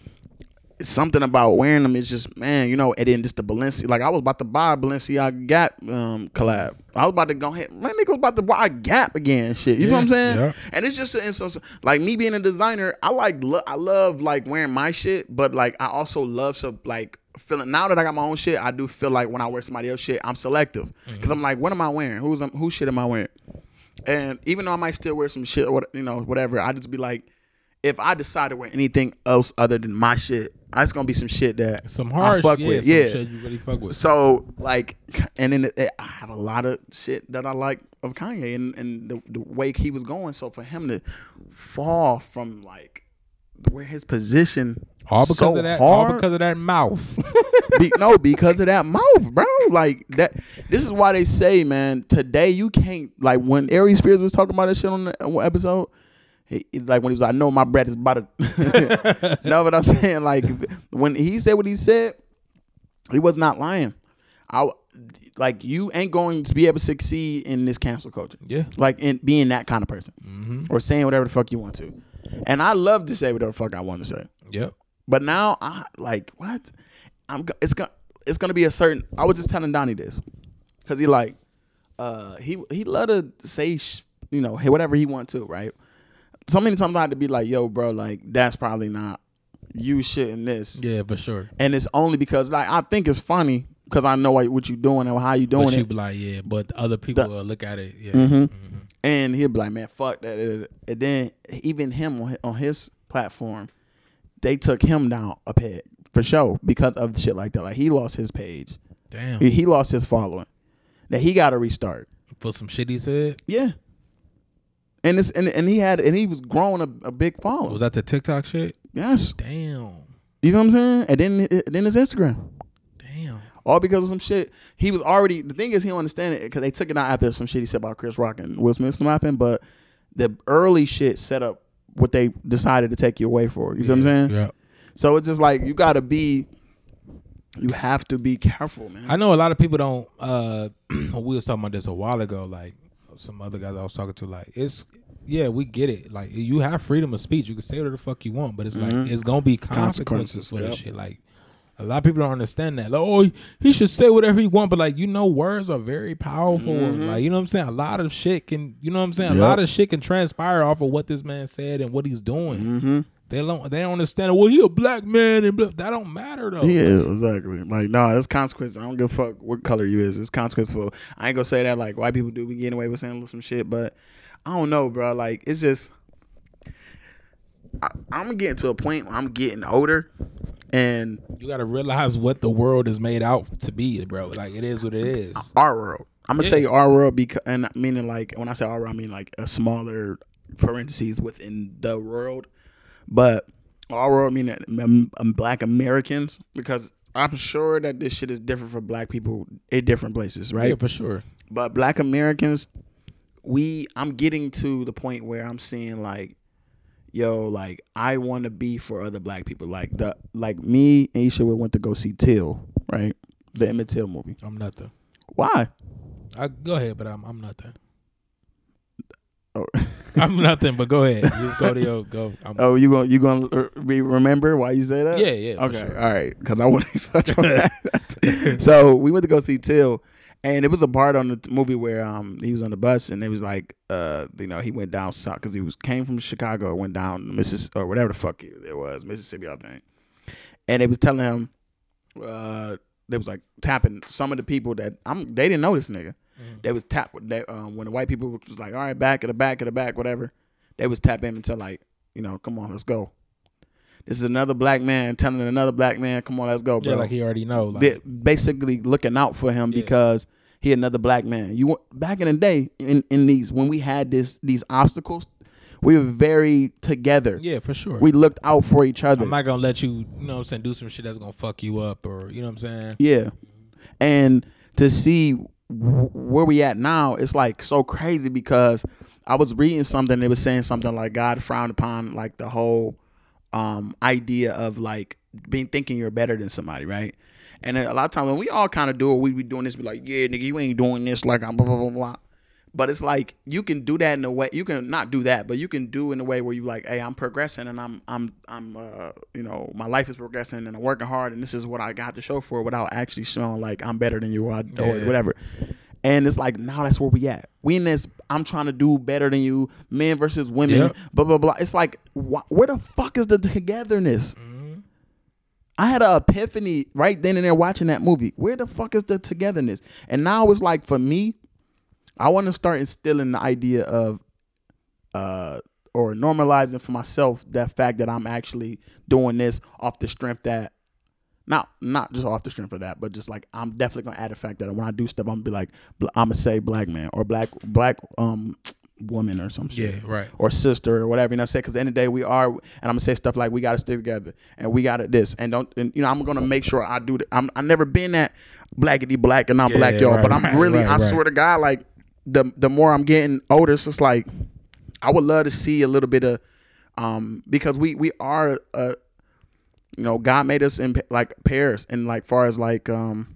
[SPEAKER 2] it's something about wearing them. It's just man, you know. And then just the Balenciaga. Like I was about to buy a Balenciaga Gap um, collab. I was about to go ahead. My nigga was about to buy a Gap again. and Shit. You know what I'm saying?
[SPEAKER 3] yeah.
[SPEAKER 2] And it's just an instance. Like me being a designer, I like. Lo- I love like wearing my shit, but like I also love to like. Feeling now that I got my own shit, I do feel like when I wear somebody else's shit, I'm selective because
[SPEAKER 3] Mm-hmm.
[SPEAKER 2] I'm like, what am I wearing? Who's um, whose shit am I wearing? And even though I might still wear some shit, or what you know, whatever, I just be like, if I decide to wear anything else other than my shit, it's gonna be some shit that
[SPEAKER 3] some
[SPEAKER 2] I
[SPEAKER 3] hard
[SPEAKER 2] fuck
[SPEAKER 3] yeah,
[SPEAKER 2] with.
[SPEAKER 3] some
[SPEAKER 2] yeah.
[SPEAKER 3] shit you really fuck with.
[SPEAKER 2] So like, and then it, I have a lot of shit that I like of Kanye and and the, the way he was going. So for him to fall from like where his position
[SPEAKER 3] all because
[SPEAKER 2] so
[SPEAKER 3] of that.
[SPEAKER 2] hard,
[SPEAKER 3] All because of that mouth.
[SPEAKER 2] be, no, because of that mouth, bro. Like that. This is why they say, man. Today you can't like when Aries Spears was talking about this shit on the on one episode. He, he- like when he was like, "No, my bread is about to." no, but I'm saying like when he said what he said, he was not lying. I like you ain't going to be able to succeed in this cancel culture.
[SPEAKER 3] Yeah.
[SPEAKER 2] like in being that kind of person or saying whatever the fuck you want to. And I love to say whatever the fuck I want to say.
[SPEAKER 3] yep.
[SPEAKER 2] But now I like what? I'm go- it's gonna it's gonna be a certain. I was just telling Donnie this because he like uh he he love to say sh- you know hey, whatever he want to right. So many times I had to be like yo bro like that's probably not you shitting this
[SPEAKER 3] Yeah, for sure.
[SPEAKER 2] and it's only because like I think it's funny because I know like, what you doing and how you doing
[SPEAKER 3] But
[SPEAKER 2] it Mm-hmm.
[SPEAKER 3] you be like, yeah, but other people
[SPEAKER 2] The-
[SPEAKER 3] will look at it. Yeah.
[SPEAKER 2] and he'll be like man fuck that da, da, da." and then even him on hi- on his platform they took him down a peg for sure because of shit like that like he lost his page.
[SPEAKER 3] Damn.
[SPEAKER 2] He, he lost his following. That he got to restart.
[SPEAKER 3] Put some shit he said.
[SPEAKER 2] Yeah. And this and, and he had and he was growing a, a big following.
[SPEAKER 3] Was that the TikTok shit?
[SPEAKER 2] yes.
[SPEAKER 3] Damn.
[SPEAKER 2] You know what I'm saying? And then then it's Instagram.
[SPEAKER 6] Damn.
[SPEAKER 2] All because of some shit. He was already. The thing is, he don't understand it because they took it out after some shit he said about Chris Rock and Will Smith snapping. But the early shit set up what they decided to take you away for. You feel what I'm saying?
[SPEAKER 3] Yeah.
[SPEAKER 2] So it's just like you gotta be. You have to be careful, man.
[SPEAKER 3] I know a lot of people don't. Uh, we was talking about this a while ago. Like some other guys I was talking to. Like it's yeah, we get it. Like you have freedom of speech. You can say whatever the fuck you want, but it's like it's gonna be consequences,
[SPEAKER 2] Mm-hmm. Consequences,
[SPEAKER 3] for this
[SPEAKER 2] yep.
[SPEAKER 3] shit. Like a lot of people don't understand that. Like oh, he should say whatever he want, but like you know, words are very powerful.
[SPEAKER 2] Mm-hmm.
[SPEAKER 3] Like you know what I'm saying. A lot of shit can you know what I'm saying. A lot of shit can transpire off of what this man said and what he's doing.
[SPEAKER 2] Mm-hmm.
[SPEAKER 3] They don't. They don't understand. Well, he a black man, and blah. that don't matter though.
[SPEAKER 2] Yeah, exactly. Like, no, nah, that's consequences. I don't give a fuck what color you is. It's consequences for. I ain't gonna say that like white people do be getting away with saying some shit, but I don't know, bro. Like, it's just I, I'm getting to a point where I'm getting older, and
[SPEAKER 3] You gotta realize what the world is made out to be, bro. Like it is what it is.
[SPEAKER 2] our world. I'm gonna say our world because, and meaning like when I say our world, I mean like a smaller parentheses within the world, but our world meaning um, um, Black Americans because I'm sure that this shit is different for Black people in different places, right?
[SPEAKER 3] Yeah, for sure.
[SPEAKER 2] but black americans we i'm getting to the point where i'm seeing like yo like i want to be for other black people like the like me and Isha we went to go see till right the emmett till movie
[SPEAKER 3] I'm nothing.
[SPEAKER 2] why
[SPEAKER 3] I go ahead, but I'm I'm nothing.
[SPEAKER 2] oh,
[SPEAKER 3] I'm nothing, but go ahead. Just go to your go. I'm,
[SPEAKER 2] oh you gonna you gonna uh, re- remember why you say that
[SPEAKER 3] Yeah, yeah, for
[SPEAKER 2] okay
[SPEAKER 3] sure.
[SPEAKER 2] all right because i want to touch on that so we went to go see till and it was a part on the t- movie where um he was on the bus and it was like uh you know he went down south because he was came from Chicago went down to Missis or whatever the fuck it, it was Mississippi I think, and they was telling him uh they was like tapping some of the people that I'm they didn't know this nigga
[SPEAKER 3] Mm-hmm.
[SPEAKER 2] they was tap they, um, when the white people was like all right back at the back at the back whatever they was tap him until like you know come on let's go. This is another black man telling another black man, "Come on, let's go, bro."
[SPEAKER 3] yeah, like he already know. Like,
[SPEAKER 2] They're basically looking out for him because he another black man. You wa- back in the day in, in these when we had this these obstacles, we were very together.
[SPEAKER 3] yeah, for sure.
[SPEAKER 2] We looked out for each other.
[SPEAKER 3] I'm not gonna let you. You know what I'm saying? Do some shit that's gonna fuck you up, or you know what I'm saying?
[SPEAKER 2] yeah, and to see wh- where we at now, it's like so crazy because I was reading something. They was saying something like God frowned upon like the whole um idea of like being thinking you're better than somebody, right? And a lot of times when we all kind of do it, we be doing this, be like, yeah, nigga, you ain't doing this, like I'm blah blah blah blah. But it's like you can do that in a way you can not do that, but you can do in a way where you like, hey, I'm progressing and I'm I'm I'm uh you know my life is progressing and I'm working hard and this is what I got to show for it without actually showing like I'm better than you or, I- or
[SPEAKER 3] Yeah.
[SPEAKER 2] whatever. And it's like now that's where we at. We in this. I'm trying to do better than you, men versus women.
[SPEAKER 3] Yep.
[SPEAKER 2] Blah blah blah. It's like wh- where the fuck is the togetherness? I had an epiphany right then and there watching that movie. Where the fuck is the togetherness? And now it's like for me, I want to start instilling the idea of uh or normalizing for myself that fact that I'm actually doing this off the strength that not not just off the strength of that, but just like I'm definitely gonna add the fact that when I do stuff, I'm gonna be like bl- I'm gonna say black man or black black um woman or some shit,
[SPEAKER 3] Yeah, right.
[SPEAKER 2] Or sister or whatever. You know what I'm saying? Because at the end of the day, we are, and I'm gonna say stuff like we gotta stick together and we gotta this and don't and you know I'm gonna make sure I do. th- I'm I've never been that blackity black and I'm
[SPEAKER 3] Yeah,
[SPEAKER 2] black y'all, all
[SPEAKER 3] right,
[SPEAKER 2] but I'm
[SPEAKER 3] right,
[SPEAKER 2] really
[SPEAKER 3] right,
[SPEAKER 2] I
[SPEAKER 3] right.
[SPEAKER 2] swear to God, like the the more I'm getting older, it's just like I would love to see a little bit of um because we we are uh you know God made us in pa- like pairs and like far as like um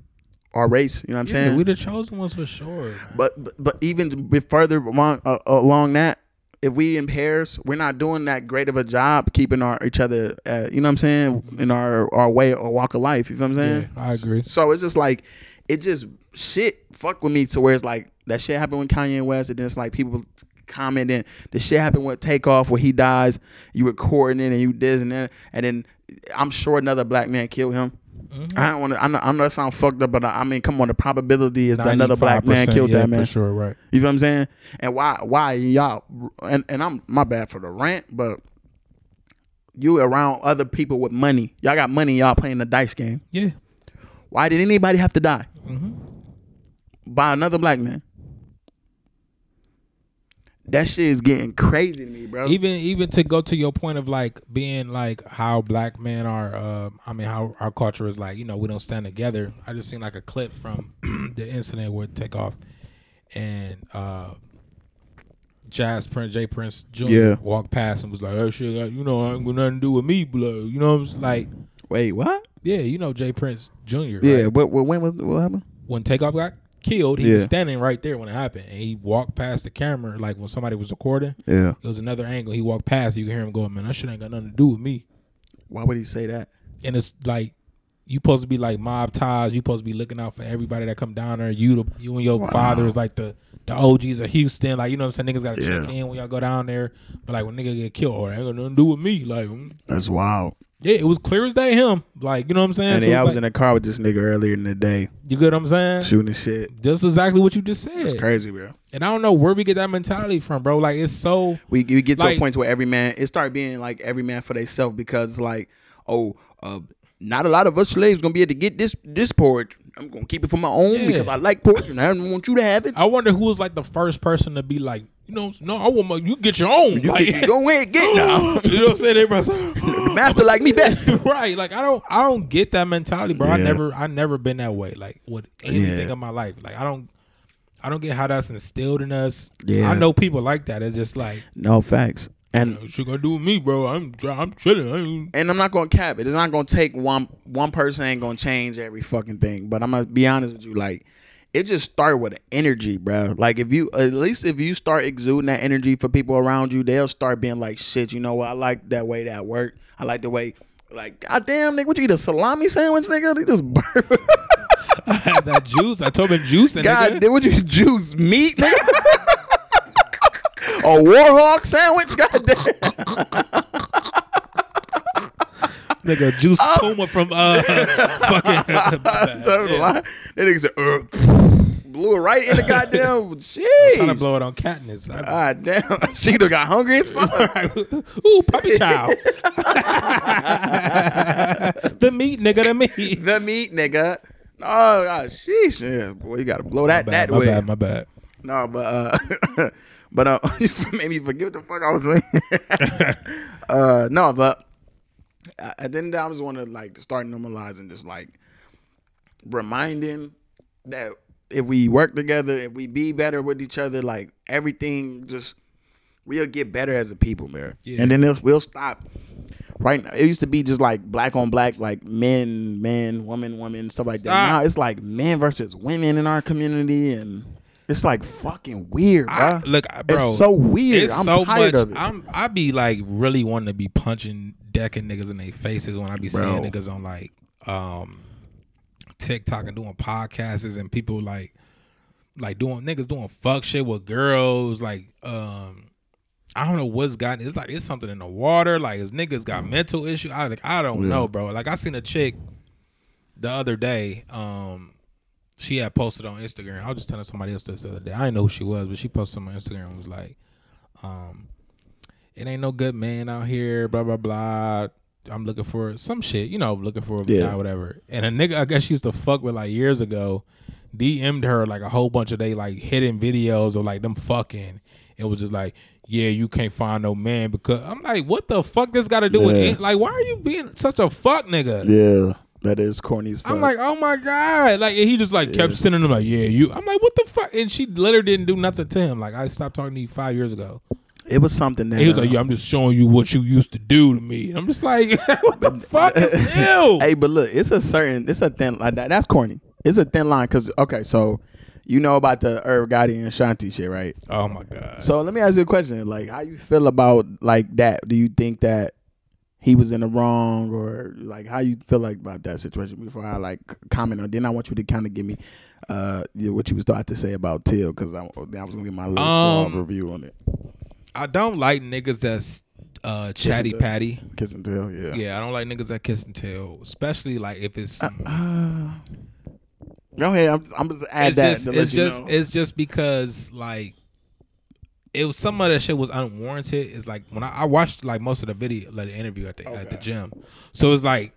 [SPEAKER 2] our race, you know what I'm
[SPEAKER 3] Yeah,
[SPEAKER 2] saying?
[SPEAKER 3] we the chosen ones for sure. man.
[SPEAKER 2] but, but but even b- further along, uh, along that, if we in pairs, we're not doing that great of a job keeping our each other, uh, you know what I'm saying, in our our way or walk of life. You feel what I'm saying?
[SPEAKER 3] Mm-hmm. Yeah, I agree.
[SPEAKER 2] So it's just like it just shit fuck with me to where it's like that shit happened with Kanye West and then it's like people commenting the shit happened with Takeoff where he dies, you recording it and you this and that and then I'm sure another black man killed him.
[SPEAKER 3] Mm-hmm.
[SPEAKER 2] I don't want to. I know, I know that sound fucked up, but I, I mean, come on. The probability is that another black man
[SPEAKER 3] 95%,
[SPEAKER 2] killed
[SPEAKER 3] yeah,
[SPEAKER 2] that man.
[SPEAKER 3] for sure. Right.
[SPEAKER 2] You feel what I'm saying? And why why y'all and, and I'm my bad for the rant, but you around other people with money. Y'all got money, y'all playing the dice game.
[SPEAKER 3] Yeah.
[SPEAKER 2] Why did anybody have to die?
[SPEAKER 3] Mm-hmm.
[SPEAKER 2] By another black man. That shit is getting crazy to me, bro.
[SPEAKER 3] even even to go to your point of like being like how black men are uh i mean how our culture is like you know we don't stand together i just seen like a clip from the incident with takeoff and uh jazz prince j prince jr
[SPEAKER 2] Yeah.
[SPEAKER 3] walked past and was like oh shit like, you know i ain't got nothing to do with me but like, you know i'm just like
[SPEAKER 2] Wait, what?
[SPEAKER 3] yeah you know j prince jr right?
[SPEAKER 2] Yeah, what, what? When was what happened?
[SPEAKER 3] when Takeoff got killed, he was
[SPEAKER 2] Yeah.
[SPEAKER 3] standing right there when it happened, and he walked past the camera like when somebody was recording.
[SPEAKER 2] Yeah.
[SPEAKER 3] It was another angle. He walked past. You could hear him going, "Man, that shit ain't got nothing to do with me."
[SPEAKER 2] Why would he say that?
[SPEAKER 3] And it's like you supposed to be like mob ties. You supposed to be looking out for everybody that come down there. You, the, you and your father is like the the OGs of Houston. Like you know what I'm saying? Niggas got to check
[SPEAKER 2] Yeah.
[SPEAKER 3] in when y'all go down there. But like when nigga get killed, oh, that ain't got nothing to do with me. Like mm.
[SPEAKER 2] That's wild.
[SPEAKER 3] yeah, it was clear as day him. Like you know what I'm saying?
[SPEAKER 2] And
[SPEAKER 3] So it's
[SPEAKER 2] I was
[SPEAKER 3] like-
[SPEAKER 2] in a car with this nigga earlier in the day
[SPEAKER 3] you get what I'm saying?
[SPEAKER 2] shooting shit.
[SPEAKER 3] That's exactly what you just said.
[SPEAKER 2] It's crazy, bro.
[SPEAKER 3] And I don't know where we get that mentality from, bro. Like it's so
[SPEAKER 2] We, we get to
[SPEAKER 3] Like-
[SPEAKER 2] a point where every man it start being like every man for themselves because like oh uh, not a lot of us slaves gonna be able to get this this porridge. I'm gonna keep it for my own
[SPEAKER 3] Yeah.
[SPEAKER 2] because I like porridge and I don't want you to have it.
[SPEAKER 3] I wonder who was like the first person to be like, you know, no, I want my you get your own.
[SPEAKER 2] You
[SPEAKER 3] like,
[SPEAKER 2] think you go in and get now.
[SPEAKER 3] you know what I'm saying? Everybody's like,
[SPEAKER 2] Master like me best.
[SPEAKER 3] right. Like I don't I don't get that mentality, bro. I
[SPEAKER 2] Yeah.
[SPEAKER 3] never I never been that way. Like with anything
[SPEAKER 2] Yeah.
[SPEAKER 3] in my life. Like I don't I don't get how that's instilled in us.
[SPEAKER 2] Yeah.
[SPEAKER 3] I know people like that. It's just like,
[SPEAKER 2] No facts. And
[SPEAKER 3] what you gonna do with me, bro? I'm dr- I'm chilling. I ain't-
[SPEAKER 2] and I'm not gonna cap it. It's not gonna take one one person ain't gonna change every fucking thing. But I'm gonna be honest with you, like it just start with energy, bro. Like if you at least if you start exuding that energy for people around you, they'll start being like, shit, you know what? I like that way that work. I like the way. Like, goddamn, nigga, what you eat a salami sandwich, nigga? They just burp.
[SPEAKER 3] I had that juice. I told him juice and
[SPEAKER 2] God,
[SPEAKER 3] God,
[SPEAKER 2] damn, what you juice meat, nigga? a warhawk sandwich, goddamn.
[SPEAKER 3] nigga juice
[SPEAKER 2] Oh.
[SPEAKER 3] puma from uh fucking
[SPEAKER 2] Don't
[SPEAKER 3] Yeah.
[SPEAKER 2] lie. That nigga said, "Uh," blew it right in the goddamn.
[SPEAKER 3] trying to
[SPEAKER 2] Jeez.
[SPEAKER 3] blow it on Katniss. I-
[SPEAKER 2] God damn. She done got hungry as fuck.
[SPEAKER 3] Ooh, puppy child. the meat, nigga, the meat.
[SPEAKER 2] the meat, nigga. No, oh, sheesh. Yeah, boy, you gotta blow that that
[SPEAKER 3] my
[SPEAKER 2] way.
[SPEAKER 3] bad, my bad.
[SPEAKER 2] No, but uh, but uh, you made me forget what the fuck I was saying. uh, no, but uh, at the end of the day, I just want to like start normalizing, just like reminding that if we work together, if we be better with each other, like everything just we'll get better as a people, man.
[SPEAKER 3] Yeah.
[SPEAKER 2] And then it'll- we'll stop. Right now, it used to be just like black on black, like men, man, woman, woman, stuff like that.
[SPEAKER 3] Ah.
[SPEAKER 2] Now it's like men versus women in our community, and it's like fucking weird,
[SPEAKER 3] I-
[SPEAKER 2] bro.
[SPEAKER 3] look, I- bro,
[SPEAKER 2] it's so weird. I'm tired of it.
[SPEAKER 3] I'm, I be like really wanting to be punching, decking niggas in their faces when I be seeing
[SPEAKER 2] Bro.
[SPEAKER 3] niggas on like um TikTok and doing podcasts and people like like doing niggas doing fuck shit with girls. Like um, I don't know what's gotten. It's like it's something in the water. Like is niggas got mental issue. I like I don't know, bro. Like I seen a chick the other day. Um, she had posted on Instagram. I was just telling somebody else this the other day. I didn't know who she was, but she posted something on Instagram and was like, um, it ain't no good man out here, blah, blah, blah. I'm looking for some shit, you know, looking for a
[SPEAKER 2] Yeah.
[SPEAKER 3] guy, whatever. And a nigga I guess she used to fuck with like years ago, DM'd her like a whole bunch of they like hidden videos of like them fucking. It was just like, yeah, you can't find no man because I'm like, what the fuck this got to do with
[SPEAKER 2] Yeah.
[SPEAKER 3] it? Like, why are you being such a fuck nigga?
[SPEAKER 2] yeah, that is corny as fuck.
[SPEAKER 3] I'm like, oh my god! Like and he just like kept sending him like, yeah, you. I'm like, what the fuck? And she literally didn't do nothing to him. Like I stopped talking to you five years ago.
[SPEAKER 2] it was something that
[SPEAKER 3] And he was
[SPEAKER 2] uh,
[SPEAKER 3] like, yeah, I'm just showing you what you used to do to me. And I'm just like, what the fuck is ew?
[SPEAKER 2] Hey, but look, it's a certain, it's a thin line. That, that's corny. It's a thin line because okay, so you know about the Irv Gotti and Shanti shit, right?
[SPEAKER 3] Oh my god!
[SPEAKER 2] So let me ask you a question: like, how you feel about like that? Do you think that he was in the wrong, or like how you feel like about that situation? Before I like c- comment on, then I want you to kind of give me uh yeah, what you was about to say about Till, because I, I was gonna get my little
[SPEAKER 3] Um,
[SPEAKER 2] small review on it.
[SPEAKER 3] I don't like niggas that's uh, chatty
[SPEAKER 2] the-
[SPEAKER 3] patty.
[SPEAKER 2] Kissing Till, yeah. Uh,
[SPEAKER 3] Yeah, I don't like niggas that kiss and tell, especially like if it's
[SPEAKER 2] Go ahead. I'm, I'm just add
[SPEAKER 3] it's
[SPEAKER 2] that.
[SPEAKER 3] just
[SPEAKER 2] to let
[SPEAKER 3] it's
[SPEAKER 2] you
[SPEAKER 3] just
[SPEAKER 2] know.
[SPEAKER 3] it's just because like it was some of that shit was unwarranted. It's like when I, I watched like most of the video, like the interview at the at the gym, so it's like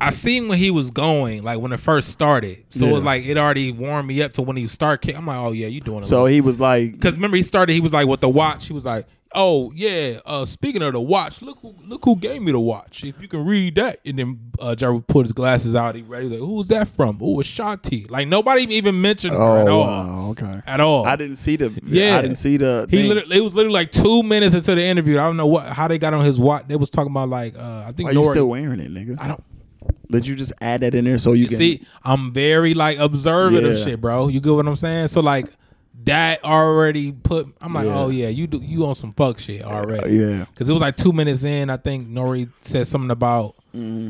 [SPEAKER 3] I seen when he was going, like when it first started. So it was
[SPEAKER 2] Yeah.
[SPEAKER 3] like it already warmed me up to when he start kick. I'm like, oh yeah, you doing it.
[SPEAKER 2] So he was like,
[SPEAKER 3] because remember he started, he was like with the watch. He was like, oh yeah. Uh, speaking of the watch, look who look who gave me the watch. If you can read that, and then uh, Jerry put his glasses out. He ready like, who's that from? Oh, it's Shanti. Like nobody even mentioned her
[SPEAKER 2] oh,
[SPEAKER 3] at all.
[SPEAKER 2] wow, okay.
[SPEAKER 3] At all.
[SPEAKER 2] I didn't see the. Yeah,
[SPEAKER 3] Yeah.
[SPEAKER 2] I didn't see the.
[SPEAKER 3] He
[SPEAKER 2] thing.
[SPEAKER 3] literally, it was literally like two minutes into the interview. I don't know what how they got on his watch. They was talking about like uh, I think
[SPEAKER 2] Why you
[SPEAKER 3] Nori-
[SPEAKER 2] still wearing it, nigga?
[SPEAKER 3] I don't
[SPEAKER 2] Did you just add that in there so you, can
[SPEAKER 3] see. I'm very like observant of
[SPEAKER 2] Yeah.
[SPEAKER 3] shit, bro. You get what I'm saying? So like that already put. I'm like,
[SPEAKER 2] Yeah.
[SPEAKER 3] oh yeah, you do you on some fuck shit already?
[SPEAKER 2] Yeah.
[SPEAKER 3] because it was like two minutes in. I think Nori said something about.
[SPEAKER 2] Mm-hmm.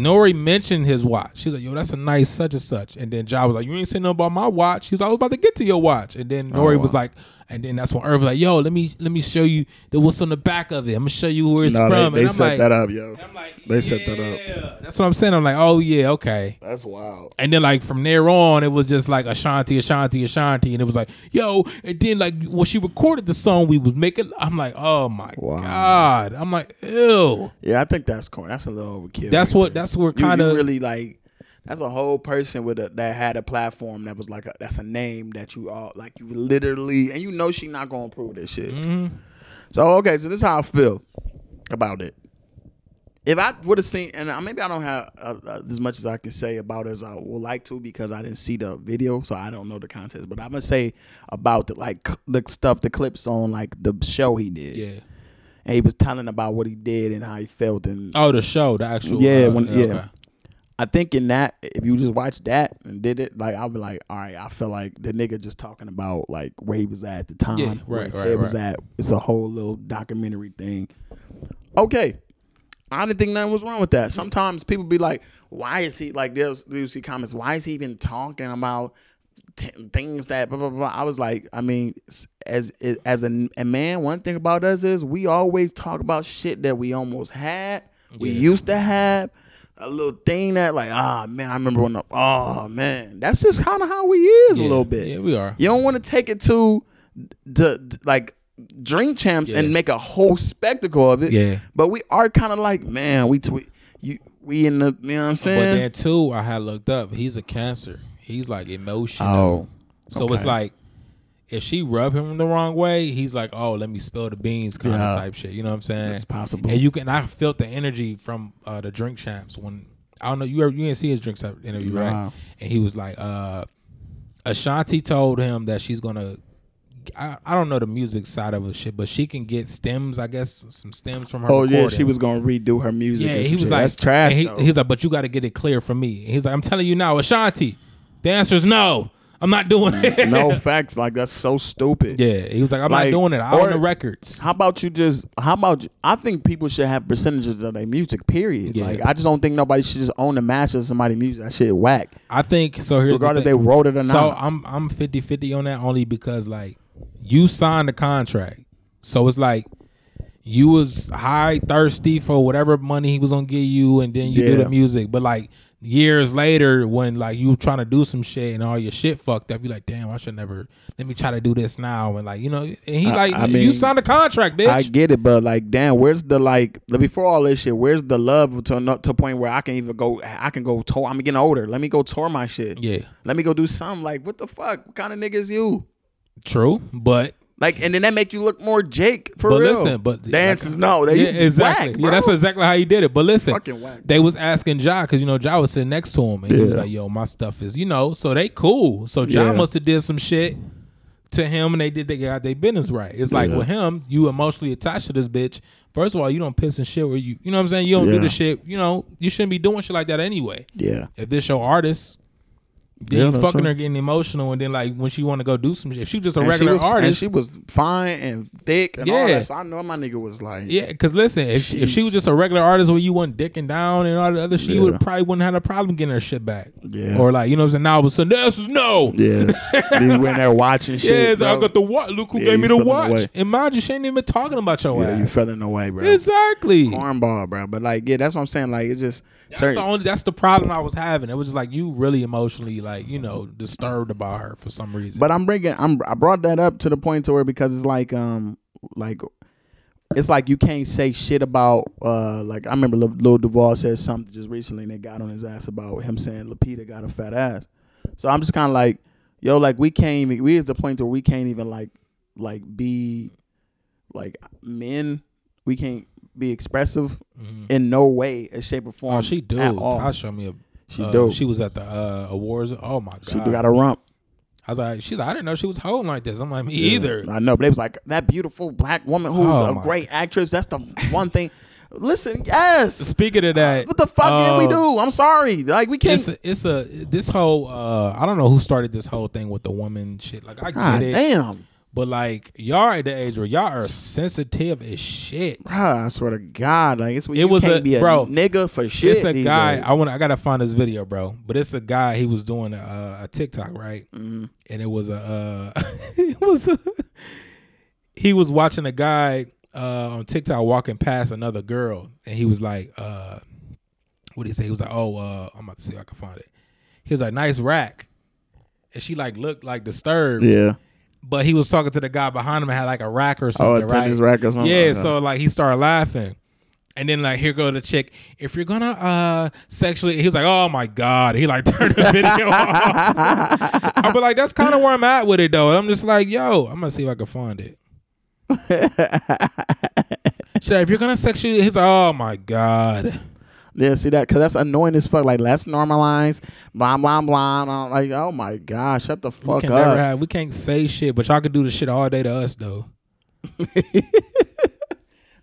[SPEAKER 3] Nori mentioned his watch. She's like, "Yo, that's a nice such and such." And then Ja was like, "You ain't saying nothing about my watch." He was like, "I was about to get to your watch." And then Nori
[SPEAKER 2] Oh,
[SPEAKER 3] was like, and then that's when Irv was like, "Yo, let me let me show you the what's on the back of it. I'm gonna show you where it's
[SPEAKER 2] No,
[SPEAKER 3] from."
[SPEAKER 2] they, they
[SPEAKER 3] and I'm
[SPEAKER 2] set
[SPEAKER 3] like,
[SPEAKER 2] that up, yo.
[SPEAKER 3] I'm like,
[SPEAKER 2] They set that up.
[SPEAKER 3] "Yeah." That's what I'm saying. I'm like, "Oh yeah, okay."
[SPEAKER 2] That's wild.
[SPEAKER 3] And then like from there on, it was just like Ashanti, Ashanti, Ashanti, and it was like yo. And then like when she recorded the song, we was making. I'm like, oh my
[SPEAKER 2] Wow.
[SPEAKER 3] god. I'm like, ew.
[SPEAKER 2] Yeah, I think that's corny. That's a little overkill.
[SPEAKER 3] That's
[SPEAKER 2] right
[SPEAKER 3] what-
[SPEAKER 2] there.
[SPEAKER 3] that's where
[SPEAKER 2] You- you
[SPEAKER 3] kinda-
[SPEAKER 2] really like. That's a whole person with a that had a platform that was like a, that's a name that you all like you literally and you know she not gonna prove this shit.
[SPEAKER 3] Mm-hmm.
[SPEAKER 2] So okay, so this is how I feel about it. If I would have seen, and uh, maybe I don't have uh, uh, as much as I can say about it as I would like to because I didn't see the video, so I don't know the context. But I'm gonna say about the like c- the stuff, the clips on like the show he did,
[SPEAKER 3] Yeah.
[SPEAKER 2] and he was telling about what he did and how he felt, and
[SPEAKER 3] Oh, the show, the actual.
[SPEAKER 2] Yeah,
[SPEAKER 3] uh,
[SPEAKER 2] when-
[SPEAKER 3] okay.
[SPEAKER 2] yeah. I think in that, if you just watch that and did it, like I'll be like, all right, I feel like the nigga just talking about like where he was at at the time,
[SPEAKER 3] Yeah,
[SPEAKER 2] where
[SPEAKER 3] right,
[SPEAKER 2] his
[SPEAKER 3] right,
[SPEAKER 2] head was
[SPEAKER 3] right.
[SPEAKER 2] at. It's a whole little documentary thing. Okay, I didn't think nothing was wrong with that. Sometimes people be like, why is he like? They'll you see comments. Why is he even talking about t- things that blah blah blah? I was like, I mean, s- as as a, a man, one thing about us is we always talk about shit that we almost had, we
[SPEAKER 3] Yeah.
[SPEAKER 2] used to have. A little thing that like, ah man, I remember when the oh man. That's just kinda how we is a
[SPEAKER 3] Yeah.
[SPEAKER 2] little bit.
[SPEAKER 3] Yeah, we are.
[SPEAKER 2] You don't want to take it to the the- like Dream Champs and
[SPEAKER 3] Yeah.
[SPEAKER 2] make a whole spectacle of it.
[SPEAKER 3] Yeah.
[SPEAKER 2] But we are kind of like, man, we tweet you we in the you know what I'm
[SPEAKER 3] But
[SPEAKER 2] saying?
[SPEAKER 3] then too, I had looked up. He's a cancer. He's like emotional.
[SPEAKER 2] Oh.
[SPEAKER 3] So it's
[SPEAKER 2] okay.
[SPEAKER 3] like if she rub him the wrong way, he's like, "Oh, let me spill the beans," kind
[SPEAKER 2] Yeah.
[SPEAKER 3] of type shit. You know what I'm saying?
[SPEAKER 2] It's possible.
[SPEAKER 3] And you can. I felt the energy from uh, the drink champs when I don't know you. Ever, you didn't see his drink champ interview,
[SPEAKER 2] Nah.
[SPEAKER 3] right? And he was like, uh, "Ashanti told him that she's gonna." I, I don't know the music side of a shit, but she can get stems. I guess some stems from her.
[SPEAKER 2] oh yeah, she
[SPEAKER 3] recordings.
[SPEAKER 2] was gonna redo her music.
[SPEAKER 3] Yeah,
[SPEAKER 2] and
[SPEAKER 3] he
[SPEAKER 2] some
[SPEAKER 3] was
[SPEAKER 2] shit.
[SPEAKER 3] like,
[SPEAKER 2] that's trash.
[SPEAKER 3] and he-
[SPEAKER 2] though.
[SPEAKER 3] he's like, but you got to get it clear for me. And he's like, I'm telling you now, Ashanti. The answer is no. I'm not doing it.
[SPEAKER 2] no facts, like that's so stupid.
[SPEAKER 3] Yeah, he was like, I'm
[SPEAKER 2] Like,
[SPEAKER 3] not doing it. I
[SPEAKER 2] or-
[SPEAKER 3] own the records.
[SPEAKER 2] How about you just? How about you, I think people should have percentages of their music. Period.
[SPEAKER 3] Yeah.
[SPEAKER 2] Like I just don't think nobody should just own the master of somebody's music. That shit whack.
[SPEAKER 3] I think so. Here's
[SPEAKER 2] Regardless
[SPEAKER 3] the
[SPEAKER 2] they
[SPEAKER 3] thing.
[SPEAKER 2] wrote it or
[SPEAKER 3] So
[SPEAKER 2] not.
[SPEAKER 3] I'm I'm 50 50 on that only because like you signed the contract, so it's like you was high thirsty for whatever money he was gonna give you, and then you do
[SPEAKER 2] Yeah.
[SPEAKER 3] the music. But like years later, when like you trying to do some shit and all your shit fucked up, you like, damn, I should never. Let me try to do this now, and like you know, and he
[SPEAKER 2] I-
[SPEAKER 3] like
[SPEAKER 2] I mean,
[SPEAKER 3] you signed the contract, bitch.
[SPEAKER 2] I get it, but like, damn, where's the like the- before all this shit? Where's the love to ano- to a point where I can even go? I can go tour. I'm getting older. Let me go tour my shit.
[SPEAKER 3] Yeah.
[SPEAKER 2] Let me go do something. Like, what the fuck? What kind of nigga is you?
[SPEAKER 3] True, but
[SPEAKER 2] Like, and then that make you look more Jake for
[SPEAKER 3] but
[SPEAKER 2] real.
[SPEAKER 3] listen, but
[SPEAKER 2] the answer's no. They
[SPEAKER 3] yeah, exactly.
[SPEAKER 2] Whack,
[SPEAKER 3] yeah, that's
[SPEAKER 2] bro.
[SPEAKER 3] exactly how he did it. But listen,
[SPEAKER 2] Fucking whack.
[SPEAKER 3] they was asking Ja because you know Ja was sitting next to him, and he was
[SPEAKER 2] Yeah.
[SPEAKER 3] like, "Yo, my stuff is you know." So they cool. So Ja
[SPEAKER 2] Yeah.
[SPEAKER 3] must have did some shit to him, and they did they got their business right. It's like
[SPEAKER 2] Yeah.
[SPEAKER 3] with him, you emotionally attached to this bitch. First of all, you don't piss and shit where you you know what I'm saying. You don't
[SPEAKER 2] Yeah.
[SPEAKER 3] do the shit. You know you shouldn't be doing shit like that anyway.
[SPEAKER 2] yeah.
[SPEAKER 3] If this your artist. Then
[SPEAKER 2] Yeah,
[SPEAKER 3] you
[SPEAKER 2] that's
[SPEAKER 3] fucking
[SPEAKER 2] true.
[SPEAKER 3] her getting emotional, and then like when she want to go do some shit, if she just a
[SPEAKER 2] And
[SPEAKER 3] regular
[SPEAKER 2] she was,
[SPEAKER 3] artist.
[SPEAKER 2] and she was fine and thick and all
[SPEAKER 3] Yeah.
[SPEAKER 2] that. So I know my nigga was like,
[SPEAKER 3] Yeah, because listen, if, if she
[SPEAKER 2] Sheesh.
[SPEAKER 3] was just a regular artist where you wasn't dicking down and all the other shit, you
[SPEAKER 2] Yeah.
[SPEAKER 3] would probably wouldn't have had a problem getting her shit back.
[SPEAKER 2] Yeah.
[SPEAKER 3] Or like, you know what I'm saying? Now all of a sudden, this is no.
[SPEAKER 2] yeah. you went there watching shit.
[SPEAKER 3] Yeah, it's like, I
[SPEAKER 2] bro.
[SPEAKER 3] got the watch. Look who
[SPEAKER 2] Yeah,
[SPEAKER 3] gave
[SPEAKER 2] you
[SPEAKER 3] me the
[SPEAKER 2] feeling away.
[SPEAKER 3] watch. And mind you, she ain't even talking about your
[SPEAKER 2] yeah, you
[SPEAKER 3] ass.
[SPEAKER 2] fell in the way, bro.
[SPEAKER 3] exactly.
[SPEAKER 2] Cornball, bro. But like, yeah, that's what I'm saying. Like, it's just
[SPEAKER 3] That's
[SPEAKER 2] certain.
[SPEAKER 3] the only. That's the problem I was having. It was just like you really emotionally, like you know, disturbed about her for some reason.
[SPEAKER 2] But I'm bringing I'm I brought that up to the point to where because it's like um like it's like you can't say shit about uh like I remember Lil, Lil Duval said something just recently and they got on his ass about him saying Lapita got a fat ass. So I'm just kind of like, yo, like we can't even we at the point where we can't even like like be like men. We can't be expressive in no way, shape or form.
[SPEAKER 3] Mm-hmm. Oh, she do.
[SPEAKER 2] At all.
[SPEAKER 3] Tasha showed me a.
[SPEAKER 2] She
[SPEAKER 3] uh,
[SPEAKER 2] dope.
[SPEAKER 3] She was at the uh, awards. Oh my god.
[SPEAKER 2] She got a rump.
[SPEAKER 3] I was like, she's like, I didn't know she was holding like this. I'm like, me either.
[SPEAKER 2] I know, but they was like that beautiful black woman who's
[SPEAKER 3] Oh,
[SPEAKER 2] a
[SPEAKER 3] my-
[SPEAKER 2] great actress. That's the one thing. Listen, yes.
[SPEAKER 3] Speaking of that,
[SPEAKER 2] What the fuck can we
[SPEAKER 3] uh,
[SPEAKER 2] do? I'm sorry. Like we can't.
[SPEAKER 3] It's a, it's a this whole uh I don't know who started this whole thing with the woman shit. Like I
[SPEAKER 2] God
[SPEAKER 3] get it,
[SPEAKER 2] damn.
[SPEAKER 3] but like y'all at the age where y'all are sensitive as shit.
[SPEAKER 2] Ah, I swear to God, like it's
[SPEAKER 3] It
[SPEAKER 2] you
[SPEAKER 3] was
[SPEAKER 2] can't
[SPEAKER 3] a-
[SPEAKER 2] be a
[SPEAKER 3] bro,
[SPEAKER 2] nigga for shit.
[SPEAKER 3] It's a
[SPEAKER 2] these
[SPEAKER 3] guy.
[SPEAKER 2] days.
[SPEAKER 3] I want. to I gotta find this video, bro. But it's a guy. He was doing a, a TikTok, right?
[SPEAKER 2] Mm-hmm.
[SPEAKER 3] And it was a. Uh, it was. A, he was watching a guy uh, on TikTok walking past another girl, and he was like, uh, "What did he say?" He was like, "Oh, uh, I'm about to see if I can find it." He was like, "Nice rack," and she like looked like disturbed.
[SPEAKER 2] Yeah.
[SPEAKER 3] but he was talking to the guy behind him and had like a rack or
[SPEAKER 2] Oh, a
[SPEAKER 3] something, right?
[SPEAKER 2] tennis racket or something.
[SPEAKER 3] Yeah,
[SPEAKER 2] Okay.
[SPEAKER 3] so like he started laughing. And then like here go the chick. If you're gonna uh sexually he was like, Oh my god. He like turned the video off. I be like, that's kind of where I'm at with it though. I'm just like, yo, I'm gonna see if I can find it. She's like, if you're gonna sexually he's like, Oh my god.
[SPEAKER 2] yeah, see that because that's annoying as fuck. Like let's normalize, blah blah blah. and I'm Like oh my god, shut the
[SPEAKER 3] We
[SPEAKER 2] fuck
[SPEAKER 3] can
[SPEAKER 2] up.
[SPEAKER 3] never have we can't say shit, but y'all can do the shit all day to us though.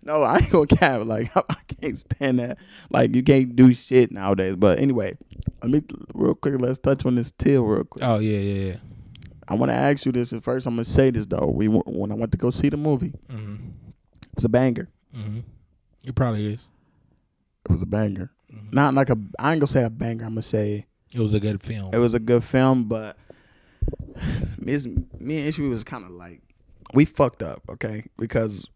[SPEAKER 2] No, I ain't gonna cap. Like I can't stand that. Like you can't do shit nowadays. But anyway, let me real quick. Let's touch on this till real quick.
[SPEAKER 3] Oh yeah, yeah, yeah.
[SPEAKER 2] I want to ask you this at first. I'm gonna say this though. We w- when I went to go see the movie, it was a banger.
[SPEAKER 3] It probably is.
[SPEAKER 2] It was a banger. Not like a. I ain't gonna say a banger. I'm gonna say
[SPEAKER 3] It was a good film.
[SPEAKER 2] it was a good film, but Miss me and Ishii was kind of like we fucked up, okay? Because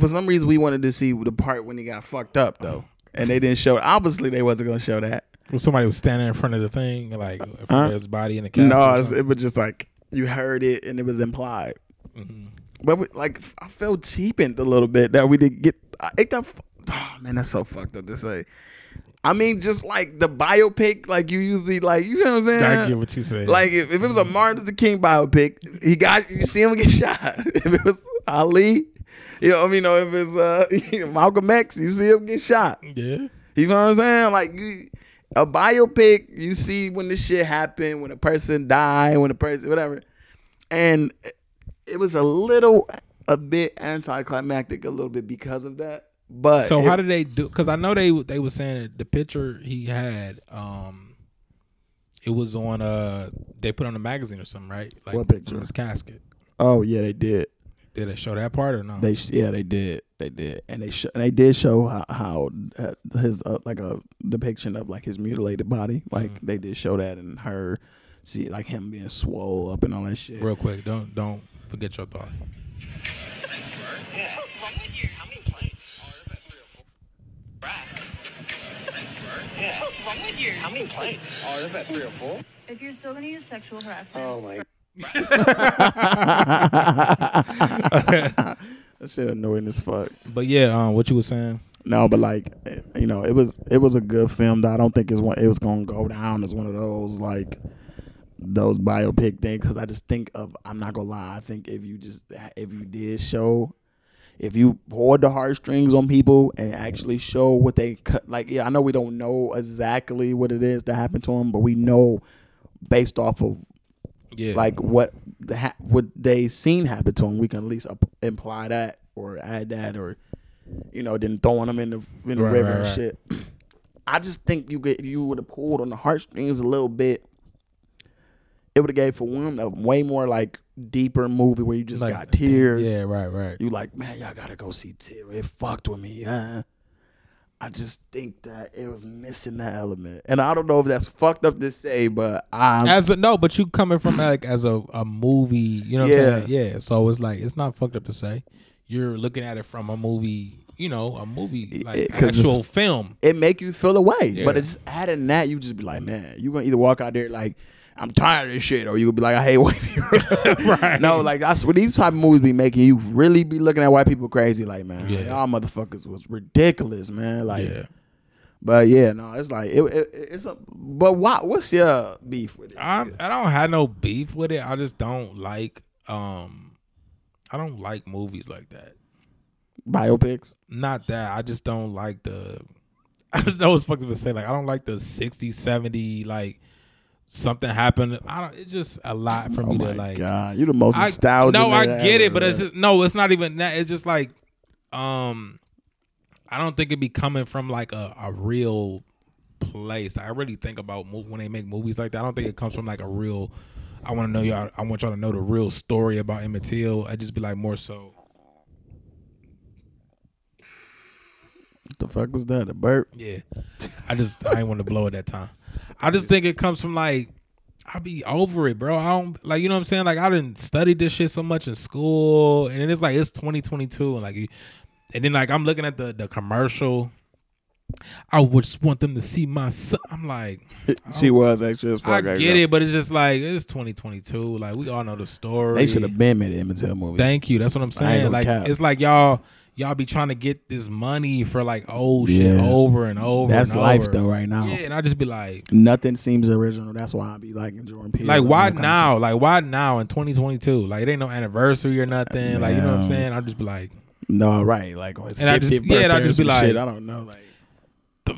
[SPEAKER 2] for some reason we wanted to see the part when he got fucked up though, and they didn't show. it. Obviously, they wasn't gonna show that.
[SPEAKER 3] Well, somebody was standing in front of the thing, like in front of his body in the castle.
[SPEAKER 2] No,
[SPEAKER 3] or
[SPEAKER 2] it's-
[SPEAKER 3] something.
[SPEAKER 2] it was just like you heard it and it was implied. But we, like I felt cheapened a little bit that we didn't get. I it got, fu- oh man, that's so fucked up to say. I mean, just like the biopic, like you usually like you know what I'm saying.
[SPEAKER 3] I get what you say.
[SPEAKER 2] Like if, if it was a Martin Luther King biopic, he got you see him get shot. If it was Ali, you know, I mean, you know, if it's uh, Malcolm X, you see him get shot.
[SPEAKER 3] yeah,
[SPEAKER 2] You know what I'm saying? Like you, a biopic, you see when this shit happened, when a person died, when a person whatever, and it was a little, a bit anticlimactic, a little bit because of that. But
[SPEAKER 3] So
[SPEAKER 2] it-
[SPEAKER 3] how did they do? Because I know they they were saying that the picture he had, um, it was on uh they put on a magazine or something, right? Like
[SPEAKER 2] What
[SPEAKER 3] from
[SPEAKER 2] picture?
[SPEAKER 3] his casket.
[SPEAKER 2] Oh yeah, they did.
[SPEAKER 3] Did they show that part or no?
[SPEAKER 2] They sh- yeah they did they did and they sh- and they did show how, how uh, his uh, like a depiction of like his mutilated body like they did show that and her see like him being swole up and all that shit.
[SPEAKER 3] Real quick, don't don't forget your thought.
[SPEAKER 6] If you're still gonna use sexual harassment,
[SPEAKER 2] That shit annoying as fuck.
[SPEAKER 3] But yeah, um, what you were saying?
[SPEAKER 2] No, but like eh, you know, it was it was a good film. Though I don't think it's one. It was gonna go down as one of those like those biopic things. Because I just think of I'm not gonna lie. I think if you just if you did show, if you poured the heartstrings on people and actually show what they cut. Like yeah, I know we don't know exactly what it is that happened to them, but we know based off of
[SPEAKER 3] Yeah,
[SPEAKER 2] like what the ha- what they seen happen to him, we can at least up- imply that or add that or you know then throwing them in the in the
[SPEAKER 3] Right,
[SPEAKER 2] river
[SPEAKER 3] right,
[SPEAKER 2] and
[SPEAKER 3] right.
[SPEAKER 2] shit. I just think you could if you would have pulled on the heartstrings a little bit, it would have gave for one a way more like deeper movie where you just
[SPEAKER 3] Like,
[SPEAKER 2] got tears.
[SPEAKER 3] Yeah, right, right.
[SPEAKER 2] You like man, y'all gotta go see tear. It fucked with me. Uh. I just think that it was missing that element, and I don't know if that's fucked up to say, but I'm
[SPEAKER 3] As a, no, but you coming from like as a, a movie, you know what
[SPEAKER 2] Yeah.
[SPEAKER 3] I'm saying? Yeah. So it's like it's not fucked up to say. You're looking at it from a movie you know, a movie, like
[SPEAKER 2] it- 'cause
[SPEAKER 3] actual
[SPEAKER 2] it's-
[SPEAKER 3] film.
[SPEAKER 2] it make you feel away.
[SPEAKER 3] Yeah.
[SPEAKER 2] But it's adding that, you just be like, man, you gonna either walk out there like, I'm tired of this shit, or you gonna be like, I hate white people.
[SPEAKER 3] Right.
[SPEAKER 2] No, like that's what these type of movies be making you really be looking at white people crazy. Like, man,
[SPEAKER 3] Yeah.
[SPEAKER 2] y'all motherfuckers was ridiculous, man. Like,
[SPEAKER 3] Yeah.
[SPEAKER 2] but yeah, no, it's like it, it, it's a. But why? What's your beef with it?
[SPEAKER 3] I I don't have no beef with it. I just don't like um I don't like movies like that.
[SPEAKER 2] Biopics.
[SPEAKER 3] Not that. I just don't like the I just know it's fucked up to say like I don't like the 60 70 like something happened. I don't it's just a lot for
[SPEAKER 2] Oh
[SPEAKER 3] me
[SPEAKER 2] my
[SPEAKER 3] to like
[SPEAKER 2] god, you the most nostalgic.
[SPEAKER 3] No, I
[SPEAKER 2] nigga
[SPEAKER 3] get it,
[SPEAKER 2] ever,
[SPEAKER 3] but it's
[SPEAKER 2] man.
[SPEAKER 3] just no, it's not even that. It's just like, um, I don't think it'd be coming from like a, a real place. I really think about mo- when they make movies like that. I don't think it comes from like a real. I want to know y'all. I want y'all to know the real story about Emmett Till. I just be like more so.
[SPEAKER 2] the fuck was that? A burp?
[SPEAKER 3] Yeah, I just I didn't want to blow at that time. I just think it comes from like I be over it, bro. I don't like you know what I'm saying. Like I didn't study this shit so much in school, and then it's like it's 2022, and like, you- and then like I'm looking at the the commercial. I would just want them to see my son. I'm like,
[SPEAKER 2] She was extra as fuck.
[SPEAKER 3] I
[SPEAKER 2] right
[SPEAKER 3] get
[SPEAKER 2] now.
[SPEAKER 3] it, but it's just like it's 2022. Like we all know the story.
[SPEAKER 2] They should have been made an Emmett Till movie.
[SPEAKER 3] Thank you. That's what I'm saying.
[SPEAKER 2] gonna
[SPEAKER 3] Like
[SPEAKER 2] cap.
[SPEAKER 3] it's like y'all y'all be trying to get this money for like old shit
[SPEAKER 2] Yeah.
[SPEAKER 3] over and over.
[SPEAKER 2] That's
[SPEAKER 3] and
[SPEAKER 2] life
[SPEAKER 3] over.
[SPEAKER 2] though, right now.
[SPEAKER 3] Yeah, and I just be like,
[SPEAKER 2] Nothing seems original. That's why I be liking Jordan Peele.
[SPEAKER 3] like
[SPEAKER 2] and all
[SPEAKER 3] why
[SPEAKER 2] kinds of
[SPEAKER 3] now? Like why now in 2022? Like it ain't no anniversary or nothing. Like you know what I'm
[SPEAKER 2] No.
[SPEAKER 3] saying? I'll just be like,
[SPEAKER 2] shit. No, right. Like on his
[SPEAKER 3] And I just-
[SPEAKER 2] fiftieth
[SPEAKER 3] yeah,
[SPEAKER 2] birthday
[SPEAKER 3] and I
[SPEAKER 2] or
[SPEAKER 3] just be
[SPEAKER 2] some
[SPEAKER 3] like-
[SPEAKER 2] shit. I don't know. Like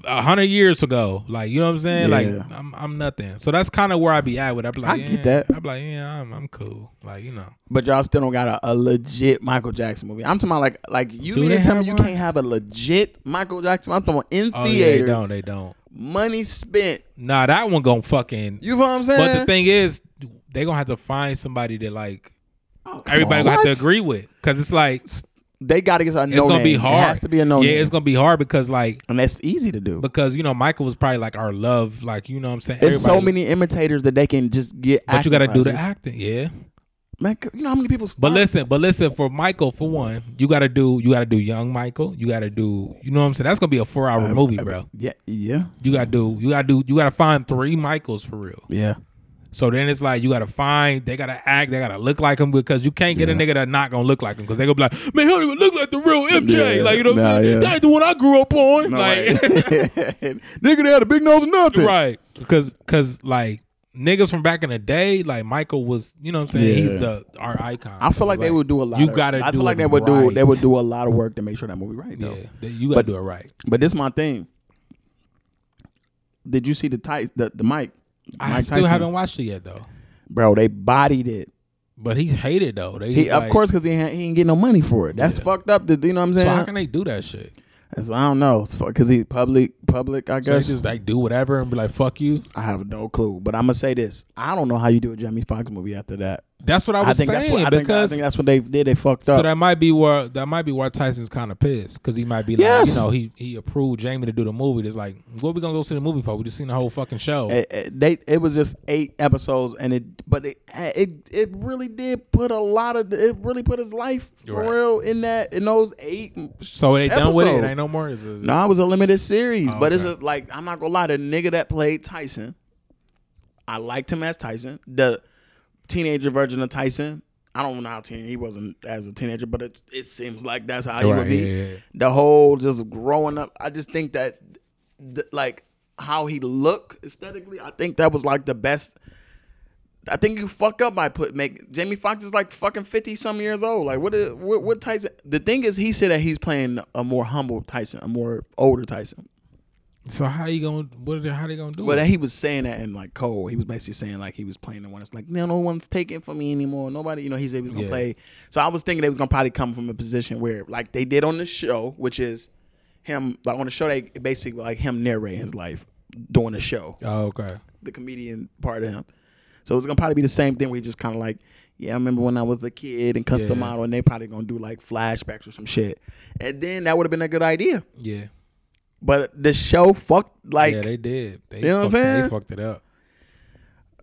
[SPEAKER 3] a hundred years ago. Like you know what I'm saying? Like
[SPEAKER 2] Yeah.
[SPEAKER 3] I'm I'm nothing. So that's kind of where I be at with. it. I be like,
[SPEAKER 2] I get
[SPEAKER 3] yeah.
[SPEAKER 2] that.
[SPEAKER 3] I be like, yeah, I'm I'm cool. Like you know,
[SPEAKER 2] But y'all still don't got a, a legit Michael Jackson movie. I'm talking about like like you
[SPEAKER 3] Do
[SPEAKER 2] mean
[SPEAKER 3] they
[SPEAKER 2] to tell
[SPEAKER 3] have
[SPEAKER 2] me you
[SPEAKER 3] one?
[SPEAKER 2] can't have a legit Michael Jackson. I'm talking about in
[SPEAKER 3] oh yeah, they
[SPEAKER 2] theaters,
[SPEAKER 3] don't, they don't.
[SPEAKER 2] money spent.
[SPEAKER 3] Nah, that one gonna fucking.
[SPEAKER 2] You know what I'm saying?
[SPEAKER 3] but the thing is, they gonna have to find somebody that like
[SPEAKER 2] Oh, come
[SPEAKER 3] everybody
[SPEAKER 2] on,
[SPEAKER 3] gonna have
[SPEAKER 2] what?
[SPEAKER 3] to agree with because it's like
[SPEAKER 2] They got to get a no
[SPEAKER 3] it's gonna be
[SPEAKER 2] name.
[SPEAKER 3] hard.
[SPEAKER 2] It has to be a no
[SPEAKER 3] Yeah,
[SPEAKER 2] name.
[SPEAKER 3] it's gonna be hard because like
[SPEAKER 2] and that's easy to do.
[SPEAKER 3] because you know Michael was probably like our love, like you know what I'm saying.
[SPEAKER 2] There's so
[SPEAKER 3] Everybody-
[SPEAKER 2] many imitators that they can just get.
[SPEAKER 3] But you
[SPEAKER 2] acting
[SPEAKER 3] gotta do the
[SPEAKER 2] classes.
[SPEAKER 3] acting, yeah.
[SPEAKER 2] Man, c- you know how many people.
[SPEAKER 3] But
[SPEAKER 2] start-
[SPEAKER 3] listen, but listen for Michael for one, you gotta do you gotta do young Michael. You gotta do you know what I'm saying. That's gonna be a four hour movie, bro.
[SPEAKER 2] Yeah, yeah,
[SPEAKER 3] You gotta do you gotta do you gotta find three Michaels for real.
[SPEAKER 2] yeah.
[SPEAKER 3] So then it's like you gotta find they gotta act they gotta look like him because you can't get a nigga that not gonna look like him because they gonna be like man he don't even look like the real MJ
[SPEAKER 2] Yeah,
[SPEAKER 3] like you know what
[SPEAKER 2] nah,
[SPEAKER 3] I'm saying
[SPEAKER 2] yeah.
[SPEAKER 3] that ain't the one I grew up on
[SPEAKER 2] No,
[SPEAKER 3] like
[SPEAKER 2] right. nigga, they had a big nose or nothing.
[SPEAKER 3] right because because like niggas from back in the day like michael was you know what i'm saying he's
[SPEAKER 2] Yeah.
[SPEAKER 3] the our icon
[SPEAKER 2] I feel
[SPEAKER 3] So
[SPEAKER 2] like
[SPEAKER 3] it's
[SPEAKER 2] they would do a lot.
[SPEAKER 3] you
[SPEAKER 2] of-
[SPEAKER 3] gotta
[SPEAKER 2] I
[SPEAKER 3] do
[SPEAKER 2] feel like
[SPEAKER 3] it
[SPEAKER 2] they would do. They
[SPEAKER 3] right.
[SPEAKER 2] would do a lot of work to make sure that movie right though.
[SPEAKER 3] yeah that- you gotta
[SPEAKER 2] But-
[SPEAKER 3] do it right
[SPEAKER 2] But this my thing. Did you see the tight the the mic?
[SPEAKER 3] i still haven't watched it yet though
[SPEAKER 2] Bro, they bodied it.
[SPEAKER 3] but he's hated though they
[SPEAKER 2] He
[SPEAKER 3] just
[SPEAKER 2] of
[SPEAKER 3] like-
[SPEAKER 2] course because he ain't, he ain't get no money for it. That's
[SPEAKER 3] Yeah.
[SPEAKER 2] fucked up. To, you know what I'm
[SPEAKER 3] so
[SPEAKER 2] saying?
[SPEAKER 3] how can they do that shit
[SPEAKER 2] That's I don't know. Because he public public. I
[SPEAKER 3] so they
[SPEAKER 2] guess
[SPEAKER 3] just like do whatever and be like fuck you
[SPEAKER 2] I have no clue. But I'm gonna say this. I don't know how you do a Jamie Foxx movie after that.
[SPEAKER 3] that's what i was
[SPEAKER 2] I think
[SPEAKER 3] saying
[SPEAKER 2] that's what I think, I
[SPEAKER 3] because
[SPEAKER 2] think that's what they did. They fucked
[SPEAKER 3] so
[SPEAKER 2] up.
[SPEAKER 3] that might be where that might be why Tyson's kind of pissed because he might be like
[SPEAKER 2] Yes.
[SPEAKER 3] you know he he approved Jamie to do the movie. It's like what we gonna go see the movie for? We just seen the whole fucking show.
[SPEAKER 2] it, it- they it was just eight episodes and it but it it it really did put a lot of it really put his life for
[SPEAKER 3] Right.
[SPEAKER 2] real in that in those eight
[SPEAKER 3] so it ain't done with it.
[SPEAKER 2] episode.
[SPEAKER 3] It ain't no more. It's a-
[SPEAKER 2] no it was a limited series
[SPEAKER 3] Oh,
[SPEAKER 2] but it's
[SPEAKER 3] okay.
[SPEAKER 2] just like i'm not gonna lie the nigga that played tyson i liked him as tyson the teenager version of tyson i don't know how teen he wasn't as a teenager but it, it seems like that's how he
[SPEAKER 3] Right,
[SPEAKER 2] would be
[SPEAKER 3] yeah, yeah, yeah.
[SPEAKER 2] the whole just growing up i just think that th- like how he looked aesthetically i think that was like the best I think you fuck up by put make Jamie Foxx is like fucking fifty some years old. Like what is what, what Tyson? The thing is, he said that he's playing a more humble Tyson, a more older Tyson.
[SPEAKER 3] So how you gonna what are they, how they gonna do
[SPEAKER 2] But
[SPEAKER 3] it?
[SPEAKER 2] he was saying that in like cold. He was basically saying like he was playing the one that's like no, no one's taking from me anymore. Nobody, you know, he said he was gonna
[SPEAKER 3] Yeah.
[SPEAKER 2] play. So I was thinking they was gonna probably come from a position where like they did on the show, which is him like on the show they basically like him narrating his life doing the show.
[SPEAKER 3] oh, okay.
[SPEAKER 2] the comedian part of him. So it's gonna probably be the same thing. We just kind of like, yeah, I remember when I was a kid and cut
[SPEAKER 3] Yeah.
[SPEAKER 2] the model, and they probably gonna do like flashbacks or some shit. And then that would have been a good idea.
[SPEAKER 3] Yeah.
[SPEAKER 2] But the show fucked like
[SPEAKER 3] yeah, they did. They
[SPEAKER 2] You know what I'm
[SPEAKER 3] fucked it- They
[SPEAKER 2] saying?
[SPEAKER 3] fucked it up.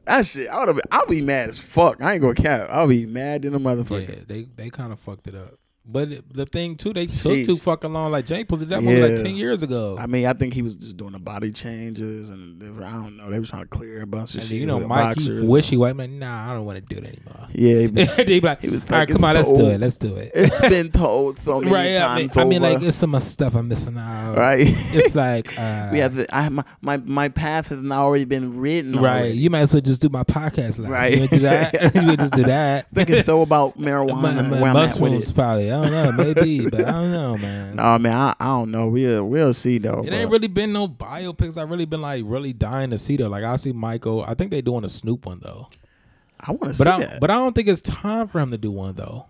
[SPEAKER 2] that shit. I would have. I'll be mad as fuck. I ain't gonna cap. I'll be mad in a
[SPEAKER 3] Yeah,
[SPEAKER 2] motherfucker.
[SPEAKER 3] they they kind of fucked it up. But it- the thing too, they took
[SPEAKER 2] Sheesh.
[SPEAKER 3] too fucking long. Like Jay posted that movie like
[SPEAKER 2] Yeah.
[SPEAKER 3] ten years ago.
[SPEAKER 2] I mean, I think he was just doing the body changes and they were- I don't know. They were trying to clear a bunch of
[SPEAKER 3] and
[SPEAKER 2] shit.
[SPEAKER 3] you know,
[SPEAKER 2] with
[SPEAKER 3] Mike, he
[SPEAKER 2] boxers.
[SPEAKER 3] wishy white man. Nah, I don't want to do it anymore.
[SPEAKER 2] Yeah, he been-
[SPEAKER 3] they be like,
[SPEAKER 2] He was
[SPEAKER 3] all right,
[SPEAKER 2] like,
[SPEAKER 3] come on,
[SPEAKER 2] it's
[SPEAKER 3] let's do
[SPEAKER 2] old.
[SPEAKER 3] it, let's do it.
[SPEAKER 2] it's been told so many
[SPEAKER 3] right? yeah, I mean,
[SPEAKER 2] times.
[SPEAKER 3] I mean,
[SPEAKER 2] over,
[SPEAKER 3] like it's some of stuff I'm missing out.
[SPEAKER 2] right.
[SPEAKER 3] It's like uh,
[SPEAKER 2] we have I, my, my my path has now already been written.
[SPEAKER 3] uh, right.
[SPEAKER 2] already.
[SPEAKER 3] You might as well just do my podcast. Like,
[SPEAKER 2] Right.
[SPEAKER 3] You would do that. you would just do that.
[SPEAKER 2] Thinking so about
[SPEAKER 3] My-
[SPEAKER 2] marijuana.
[SPEAKER 3] my
[SPEAKER 2] where I'm at with
[SPEAKER 3] mushrooms,
[SPEAKER 2] it.
[SPEAKER 3] probably. I don't know, maybe, but I don't know, man.
[SPEAKER 2] No, man, I, I don't know. We'll we'll see though.
[SPEAKER 3] It
[SPEAKER 2] bro.
[SPEAKER 3] ain't really been no biopics. I've really been like really dying to see though. Like I see Michael. I think they doing a Snoop one though.
[SPEAKER 2] I want to see
[SPEAKER 3] But I
[SPEAKER 2] that.
[SPEAKER 3] but I don't think it's time for him to do one though.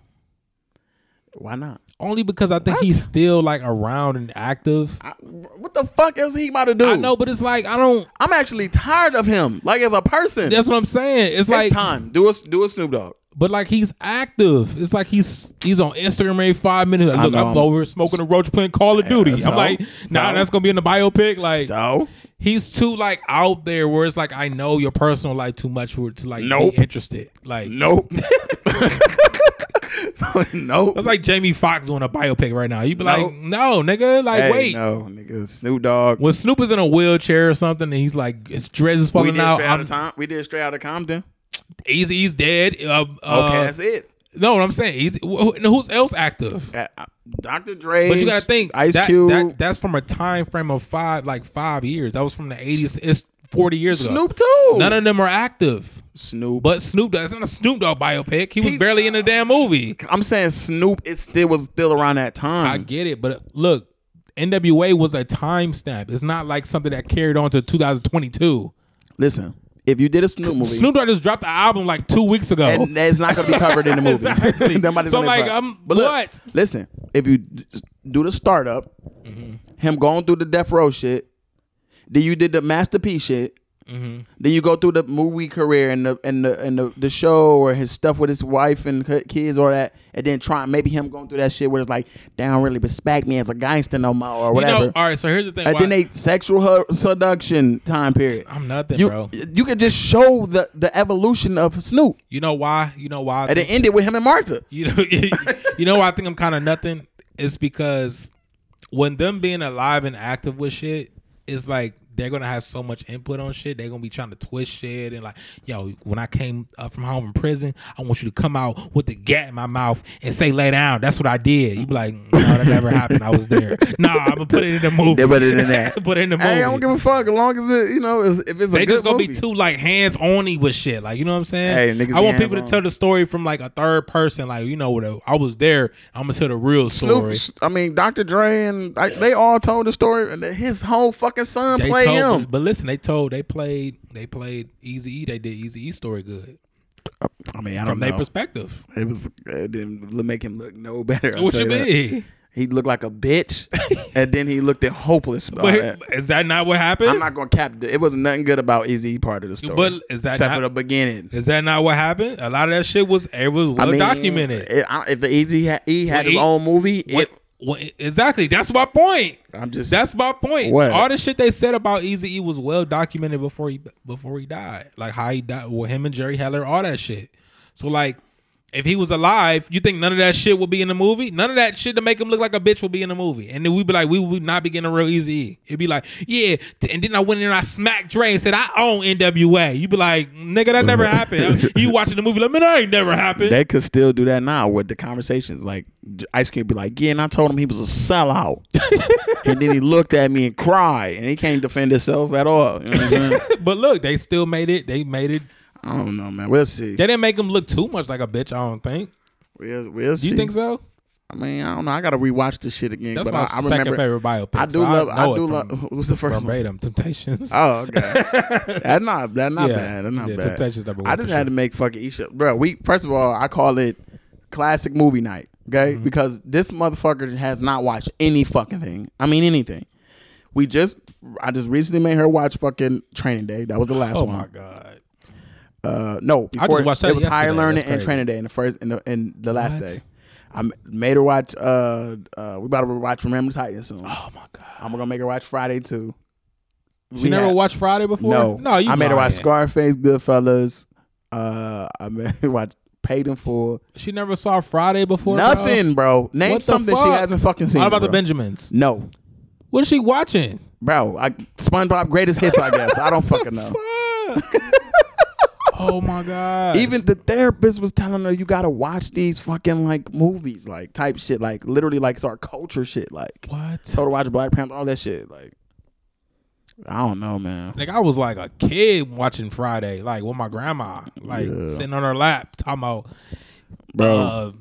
[SPEAKER 2] Why not?
[SPEAKER 3] Only because I think he's still like around and active.
[SPEAKER 2] I, what the fuck else he about to do?
[SPEAKER 3] I know, but it's like I don't.
[SPEAKER 2] I'm actually tired of him. Like as a person,
[SPEAKER 3] That's what I'm saying. It's,
[SPEAKER 2] it's
[SPEAKER 3] like
[SPEAKER 2] time. Do a do a Snoop Dogg.
[SPEAKER 3] But like he's active. It's like he's he's on Instagram every five minutes. Look,
[SPEAKER 2] know,
[SPEAKER 3] I'm,
[SPEAKER 2] I'm-
[SPEAKER 3] over smoking a roach playing Call of Duty.
[SPEAKER 2] so?
[SPEAKER 3] I'm like, nah,
[SPEAKER 2] So?
[SPEAKER 3] that's gonna be in the biopic. Like
[SPEAKER 2] So
[SPEAKER 3] he's too like out there where it's like I know your personal life too much for to like
[SPEAKER 2] Nope.
[SPEAKER 3] be interested. Like
[SPEAKER 2] nope, nope.
[SPEAKER 3] that's like Jamie Foxx doing a biopic right now. You'd be
[SPEAKER 2] Nope.
[SPEAKER 3] like, no, nigga, like
[SPEAKER 2] Hey,
[SPEAKER 3] wait.
[SPEAKER 2] no, nigga, Snoop Dogg.
[SPEAKER 3] When Snoop is in a wheelchair or something, and he's like, his dreads is
[SPEAKER 2] We
[SPEAKER 3] falling
[SPEAKER 2] did
[SPEAKER 3] out.
[SPEAKER 2] straight out of
[SPEAKER 3] I'm-
[SPEAKER 2] time. We did straight out of Compton.
[SPEAKER 3] Easy, he's dead. Uh, uh,
[SPEAKER 2] Okay, that's it.
[SPEAKER 3] No, what I'm saying, Easy. Who, who's else active?
[SPEAKER 2] Uh, uh, Dr. Dre.
[SPEAKER 3] But you gotta think
[SPEAKER 2] Ice
[SPEAKER 3] that,
[SPEAKER 2] Cube.
[SPEAKER 3] That, that's from a time frame of five, like five years. That was from the eighties. It's forty years
[SPEAKER 2] Snoop
[SPEAKER 3] ago.
[SPEAKER 2] too.
[SPEAKER 3] None of them are active.
[SPEAKER 2] Snoop.
[SPEAKER 3] But Snoop Dogg, it's not a Snoop Dogg biopic. He was
[SPEAKER 2] He-
[SPEAKER 3] barely in the damn movie.
[SPEAKER 2] I'm saying Snoop is still was still around that time.
[SPEAKER 3] I get it, but look, NWA was a time stamp. It's not like something that carried on to 2022.
[SPEAKER 2] Listen, if you did a Snoop movie,
[SPEAKER 3] Snoop Dogg just dropped the album like two weeks ago.
[SPEAKER 2] and that's not gonna be covered in the movie.
[SPEAKER 3] Exactly.
[SPEAKER 2] Nobody's
[SPEAKER 3] So,
[SPEAKER 2] gonna
[SPEAKER 3] like,
[SPEAKER 2] fuck.
[SPEAKER 3] I'm-
[SPEAKER 2] But look,
[SPEAKER 3] what?
[SPEAKER 2] listen, if you d- do the startup,
[SPEAKER 3] Mm-hmm.
[SPEAKER 2] him going through the death row shit, then you did the masterpiece shit.
[SPEAKER 3] Mm-hmm.
[SPEAKER 2] Then you go through the movie career and the and the and the, the show or his stuff with his wife and ki- kids or that, and then try maybe him going through that shit where it's like they don't really respect me as a gangster no more or
[SPEAKER 3] you
[SPEAKER 2] whatever.
[SPEAKER 3] know, all right. So here's the thing.
[SPEAKER 2] and
[SPEAKER 3] why-
[SPEAKER 2] then they sexual hu- seduction time period.
[SPEAKER 3] I'm nothing,
[SPEAKER 2] you,
[SPEAKER 3] bro.
[SPEAKER 2] You could just show the the evolution of Snoop
[SPEAKER 3] You know why? You know why? I
[SPEAKER 2] and
[SPEAKER 3] think-
[SPEAKER 2] it ended with him and Martha.
[SPEAKER 3] You know, you know why I think I'm kind of nothing. It's because when them being alive and active with shit, it's like they're gonna have so much input on shit. They're gonna be trying to twist shit and like, yo, when I came uh, from home from prison, I want you to come out with the gat in my mouth and say, "Lay down." That's what I did. You be like, no, that never happened. I was there. Nah, I'm gonna put it in the movie.
[SPEAKER 2] They put it in that.
[SPEAKER 3] put it in the movie.
[SPEAKER 2] Hey, I don't give a fuck as long as it, you know, is- if it's a
[SPEAKER 3] They
[SPEAKER 2] good
[SPEAKER 3] just gonna
[SPEAKER 2] movie.
[SPEAKER 3] be too like hands ony with shit. Like you know what I'm saying?
[SPEAKER 2] Hey, niggas
[SPEAKER 3] I
[SPEAKER 2] be
[SPEAKER 3] want people to
[SPEAKER 2] hands-on.
[SPEAKER 3] tell the story from like a third person. Like you know what? I was there. I'm gonna tell the real story.
[SPEAKER 2] Snoop, I mean, Dr. Dre and I, they all told the story, and that his whole fucking son
[SPEAKER 3] They
[SPEAKER 2] played
[SPEAKER 3] told,
[SPEAKER 2] him.
[SPEAKER 3] but listen, they told they played they played Easy E. They did Easy E story good
[SPEAKER 2] I mean, I
[SPEAKER 3] from their perspective.
[SPEAKER 2] It was it didn't make him look no better. I'll
[SPEAKER 3] what
[SPEAKER 2] tell
[SPEAKER 3] you
[SPEAKER 2] that.
[SPEAKER 3] mean?
[SPEAKER 2] He looked like a bitch, and then he looked at hopeless. about that.
[SPEAKER 3] But is that not what happened?
[SPEAKER 2] I'm not gonna cap. the- It wasn't nothing good about Easy part of the story,
[SPEAKER 3] But is that
[SPEAKER 2] except
[SPEAKER 3] not-
[SPEAKER 2] for the beginning.
[SPEAKER 3] is that not what happened? A lot of that shit was it was well
[SPEAKER 2] I mean,
[SPEAKER 3] documented.
[SPEAKER 2] it- I- if E Easy had, he had
[SPEAKER 3] Well,
[SPEAKER 2] his
[SPEAKER 3] he-
[SPEAKER 2] own movie, it-
[SPEAKER 3] What- what- exactly. That's my point.
[SPEAKER 2] I'm just
[SPEAKER 3] That's my point.
[SPEAKER 2] What?
[SPEAKER 3] All the shit they said about Easy E was well documented before he before he died. Like how he died, well, him and Jerry Heller, all that shit. So like, if he was alive, you think none of that shit would be in the movie? None of that shit to make him look like a bitch would be in the movie, and then we'd be like, we would not be getting a real Easy E. It'd be like, yeah, t- and then I went in and I smacked Dre and said I own NWA. You'd be like, nigga, that never happened. you watching the movie like, man, that ain't never happened.
[SPEAKER 2] They could still do that now with the conversations. Like J- Ice Cube be like, "Yeah," and I told him he was a sellout, and then he looked at me and cried, and he can't defend himself at all. You know what I'm saying?
[SPEAKER 3] but look, they still made it. They made it.
[SPEAKER 2] I don't know, man. We'll see.
[SPEAKER 3] They didn't make him look too much like a bitch. I don't think.
[SPEAKER 2] We'll, we'll
[SPEAKER 3] Do
[SPEAKER 2] see.
[SPEAKER 3] you think so?
[SPEAKER 2] I mean, I don't know. I gotta rewatch this shit again.
[SPEAKER 3] That's
[SPEAKER 2] but
[SPEAKER 3] my
[SPEAKER 2] I, I
[SPEAKER 3] second
[SPEAKER 2] remember,
[SPEAKER 3] favorite biopic.
[SPEAKER 2] I do
[SPEAKER 3] so
[SPEAKER 2] love. I,
[SPEAKER 3] know
[SPEAKER 2] do
[SPEAKER 3] it
[SPEAKER 2] love.
[SPEAKER 3] from
[SPEAKER 2] What's the first one?
[SPEAKER 3] verbatim Temptations.
[SPEAKER 2] Oh, okay. that's not that's not
[SPEAKER 3] Yeah.
[SPEAKER 2] bad. That's not
[SPEAKER 3] Yeah,
[SPEAKER 2] bad.
[SPEAKER 3] Temptations number one
[SPEAKER 2] I just
[SPEAKER 3] for
[SPEAKER 2] had
[SPEAKER 3] sure.
[SPEAKER 2] to make fucking Isha, bro. We first of all, I call it classic movie night, okay?
[SPEAKER 3] Mm-hmm.
[SPEAKER 2] Because this motherfucker has not watched any fucking thing. I mean, anything. We just, I just recently made her watch fucking Training Day. That was the last
[SPEAKER 3] Oh
[SPEAKER 2] one.
[SPEAKER 3] my god.
[SPEAKER 2] Uh, no,
[SPEAKER 3] I just
[SPEAKER 2] before
[SPEAKER 3] watched
[SPEAKER 2] it
[SPEAKER 3] that
[SPEAKER 2] was Higher
[SPEAKER 3] yesterday.
[SPEAKER 2] Learning
[SPEAKER 3] That's
[SPEAKER 2] and
[SPEAKER 3] crazy.
[SPEAKER 2] Training Day in the first in the, in the last
[SPEAKER 3] What?
[SPEAKER 2] day. I m- made her watch. Uh, uh, we about to watch Remember the Titans soon.
[SPEAKER 3] Oh my god.
[SPEAKER 2] I'm gonna make her watch Friday too.
[SPEAKER 3] You
[SPEAKER 2] We
[SPEAKER 3] never
[SPEAKER 2] had-
[SPEAKER 3] watched Friday before?
[SPEAKER 2] no,
[SPEAKER 3] No, you
[SPEAKER 2] I made her
[SPEAKER 3] lying.
[SPEAKER 2] watch Scarface, Goodfellas. Uh, I made her watch paid him for.
[SPEAKER 3] She never saw Friday before. bro?
[SPEAKER 2] Nothing, bro. Name
[SPEAKER 3] What the
[SPEAKER 2] something she
[SPEAKER 3] fuck?
[SPEAKER 2] hasn't fucking seen.
[SPEAKER 3] What about the
[SPEAKER 2] bro.
[SPEAKER 3] Benjamins?
[SPEAKER 2] No,
[SPEAKER 3] What is she watching?
[SPEAKER 2] bro. I, SpongeBob greatest hits, I guess. I don't fucking know.
[SPEAKER 3] oh my god!
[SPEAKER 2] Even the therapist was telling her you gotta watch these fucking like movies, like type shit, like literally like it's our culture shit, like
[SPEAKER 3] what?
[SPEAKER 2] total watch Black Panther, all that shit, like. I don't know, man.
[SPEAKER 3] Like I was like a kid watching Friday, like with my grandma, like
[SPEAKER 2] Yeah.
[SPEAKER 3] sitting on her lap, talking about.
[SPEAKER 2] Bro.
[SPEAKER 3] Uh,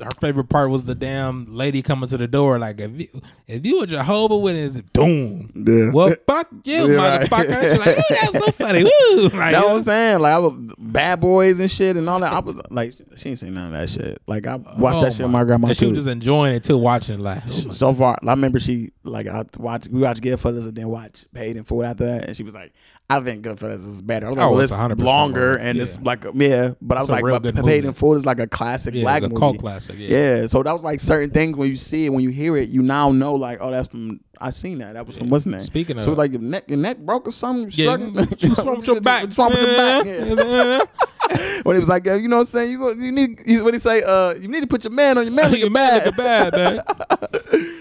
[SPEAKER 3] her favorite part was the damn lady coming to the door. Like if you if you a Jehovah Witness, boom.
[SPEAKER 2] Yeah.
[SPEAKER 3] Well, fuck you,
[SPEAKER 2] Yeah, right.
[SPEAKER 3] motherfucker. She's like, ooh, that's so funny. Woo. Like,
[SPEAKER 2] That's what I'm saying. Like I was bad boys and shit and all that. I was like, she ain't seen none of that shit. Like I watched
[SPEAKER 3] oh
[SPEAKER 2] that shit with my grandma
[SPEAKER 3] And She
[SPEAKER 2] too.
[SPEAKER 3] was just enjoying it too, watching it. Like, oh my-
[SPEAKER 2] so far, I remember she like I watched we watched Goodfellas and then watched Paid in Full after that, and she was like, "I think Goodfellas is better." I was like,
[SPEAKER 3] Oh,
[SPEAKER 2] "Well,
[SPEAKER 3] it's
[SPEAKER 2] it's
[SPEAKER 3] 100%
[SPEAKER 2] longer
[SPEAKER 3] more.
[SPEAKER 2] and it's
[SPEAKER 3] Yeah.
[SPEAKER 2] like yeah," but I was
[SPEAKER 3] a
[SPEAKER 2] like,
[SPEAKER 3] real
[SPEAKER 2] "But Paid
[SPEAKER 3] good movie.
[SPEAKER 2] in Full is like a classic
[SPEAKER 3] Yeah, it's
[SPEAKER 2] black
[SPEAKER 3] a
[SPEAKER 2] movie,
[SPEAKER 3] cult classic, yeah.
[SPEAKER 2] so that was like certain things when you see it, when you hear it, you now know like, oh, that's from I seen that. That was from what's name?
[SPEAKER 3] Speaking of-
[SPEAKER 2] so like your neck, your neck broke or something. you
[SPEAKER 3] yeah,
[SPEAKER 2] shrugging?
[SPEAKER 3] you swamped your back.
[SPEAKER 2] You swamped your back. yeah
[SPEAKER 3] Yeah.
[SPEAKER 2] when he was like, yo, you know what I'm saying? You go, you need he's what he say, uh, you need to put your man on your man.
[SPEAKER 3] You're mad at the bad, man.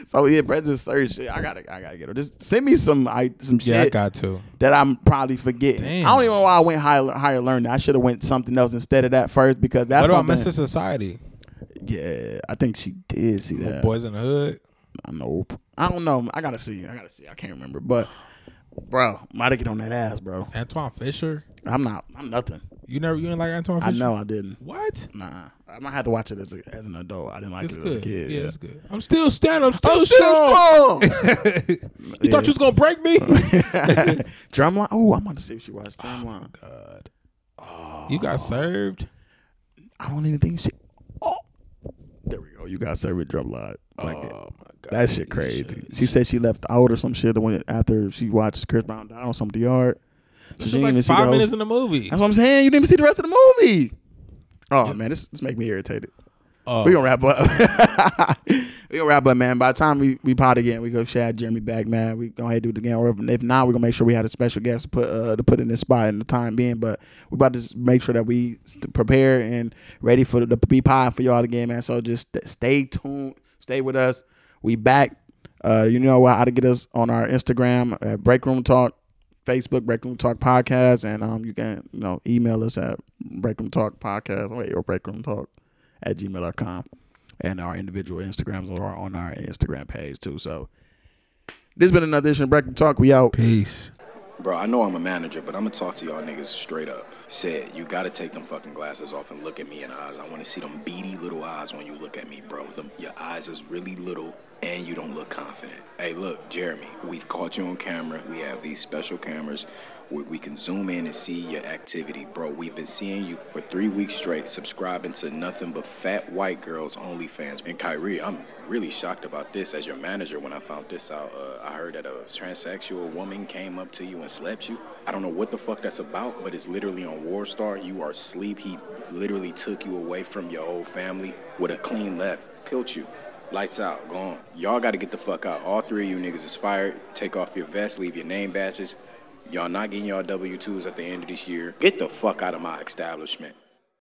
[SPEAKER 2] so yeah, President Surge shit. I gotta I gotta get her. Just send me some I some
[SPEAKER 3] Yeah, I
[SPEAKER 2] shit
[SPEAKER 3] got to.
[SPEAKER 2] that I'm probably forgetting.
[SPEAKER 3] Damn.
[SPEAKER 2] I don't even know why I went higher higher learning. I should have went something else instead of that first because that's
[SPEAKER 3] What about
[SPEAKER 2] something-
[SPEAKER 3] Mr. Society?
[SPEAKER 2] Yeah, I think she did see that.
[SPEAKER 3] Boys in the Hood.
[SPEAKER 2] I know. I don't know. I gotta see. I gotta see. I can't remember. But bro, might get on that ass, bro.
[SPEAKER 3] Antoine Fisher.
[SPEAKER 2] I'm not I'm nothing.
[SPEAKER 3] You never you didn't like Antoine Fisher?
[SPEAKER 2] I know I didn't.
[SPEAKER 3] What?
[SPEAKER 2] Nah. I might have to watch it as a, as an adult. I didn't like
[SPEAKER 3] It's
[SPEAKER 2] it as a
[SPEAKER 3] good.
[SPEAKER 2] kid.
[SPEAKER 3] yeah,
[SPEAKER 2] yeah.
[SPEAKER 3] it's good. I'm still standing. I'm still,
[SPEAKER 2] I'm strong.
[SPEAKER 3] strong. you thought you was gonna break me?
[SPEAKER 2] Drumline. Oh, I'm gonna see if she watched Drumline.
[SPEAKER 3] God. You got served.
[SPEAKER 2] I don't even think she. Oh, there we go. You got served with Drumline. Like it.
[SPEAKER 3] Oh, my god.
[SPEAKER 2] that shit crazy. She said she left out or some shit the one after she watched Chris Brown die on some yard. So she
[SPEAKER 3] She
[SPEAKER 2] didn't
[SPEAKER 3] like
[SPEAKER 2] even see the
[SPEAKER 3] five
[SPEAKER 2] whole-
[SPEAKER 3] minutes in the movie.
[SPEAKER 2] That's what I'm saying. You didn't even see the rest of the movie. Oh man, this this make me irritated.
[SPEAKER 3] Oh.
[SPEAKER 2] We gonna wrap up. we gonna wrap up, man. By the time we we pot again, we go Shad Jeremy back, man. We go ahead and do it again. Or if, if not, we gonna make sure we had a special guest to put uh, to put in this spot in the time being. But we about to s- make sure that we st- prepare and ready for the, the be pod for y'all again, man. So just st- stay tuned, stay with us. We back. Uh, you know how to get us on our Instagram at Break Room Talk, Facebook Break Room Talk Podcast, and um, you can you know email us at Break Room Talk Podcast wait, or Break Room Talk at gmail.com and our individual Instagrams are on our Instagram page too. So this has been another edition of Break Room Talk. We out.
[SPEAKER 3] Peace.
[SPEAKER 7] Bro, I know I'm a manager, but I'm gonna talk to y'all niggas straight up. Said, you gotta take them fucking glasses off and look at me in the eyes. I wanna see them beady little eyes when you look at me, bro. Them, your eyes is really little and you don't look confident. Hey, look, Jeremy, we've caught you on camera. We have these special cameras where we can zoom in and see your activity, bro. We've been seeing you for three weeks straight, subscribing to nothing but fat white girls OnlyFans. And Kyrie, I'm really shocked about this as your manager when I found this out. Uh, I heard that a transsexual woman came up to you and slapped you. I don't know what the fuck that's about, but it's literally on Warstar. You are asleep. He literally took you away from your whole family with a clean left, killed you. Lights out, gone. Y'all gotta get the fuck out. All three of you niggas is fired. Take off your vests, leave your name badges. Y'all not getting y'all W 2s at the end of this year. Get the fuck out of my establishment.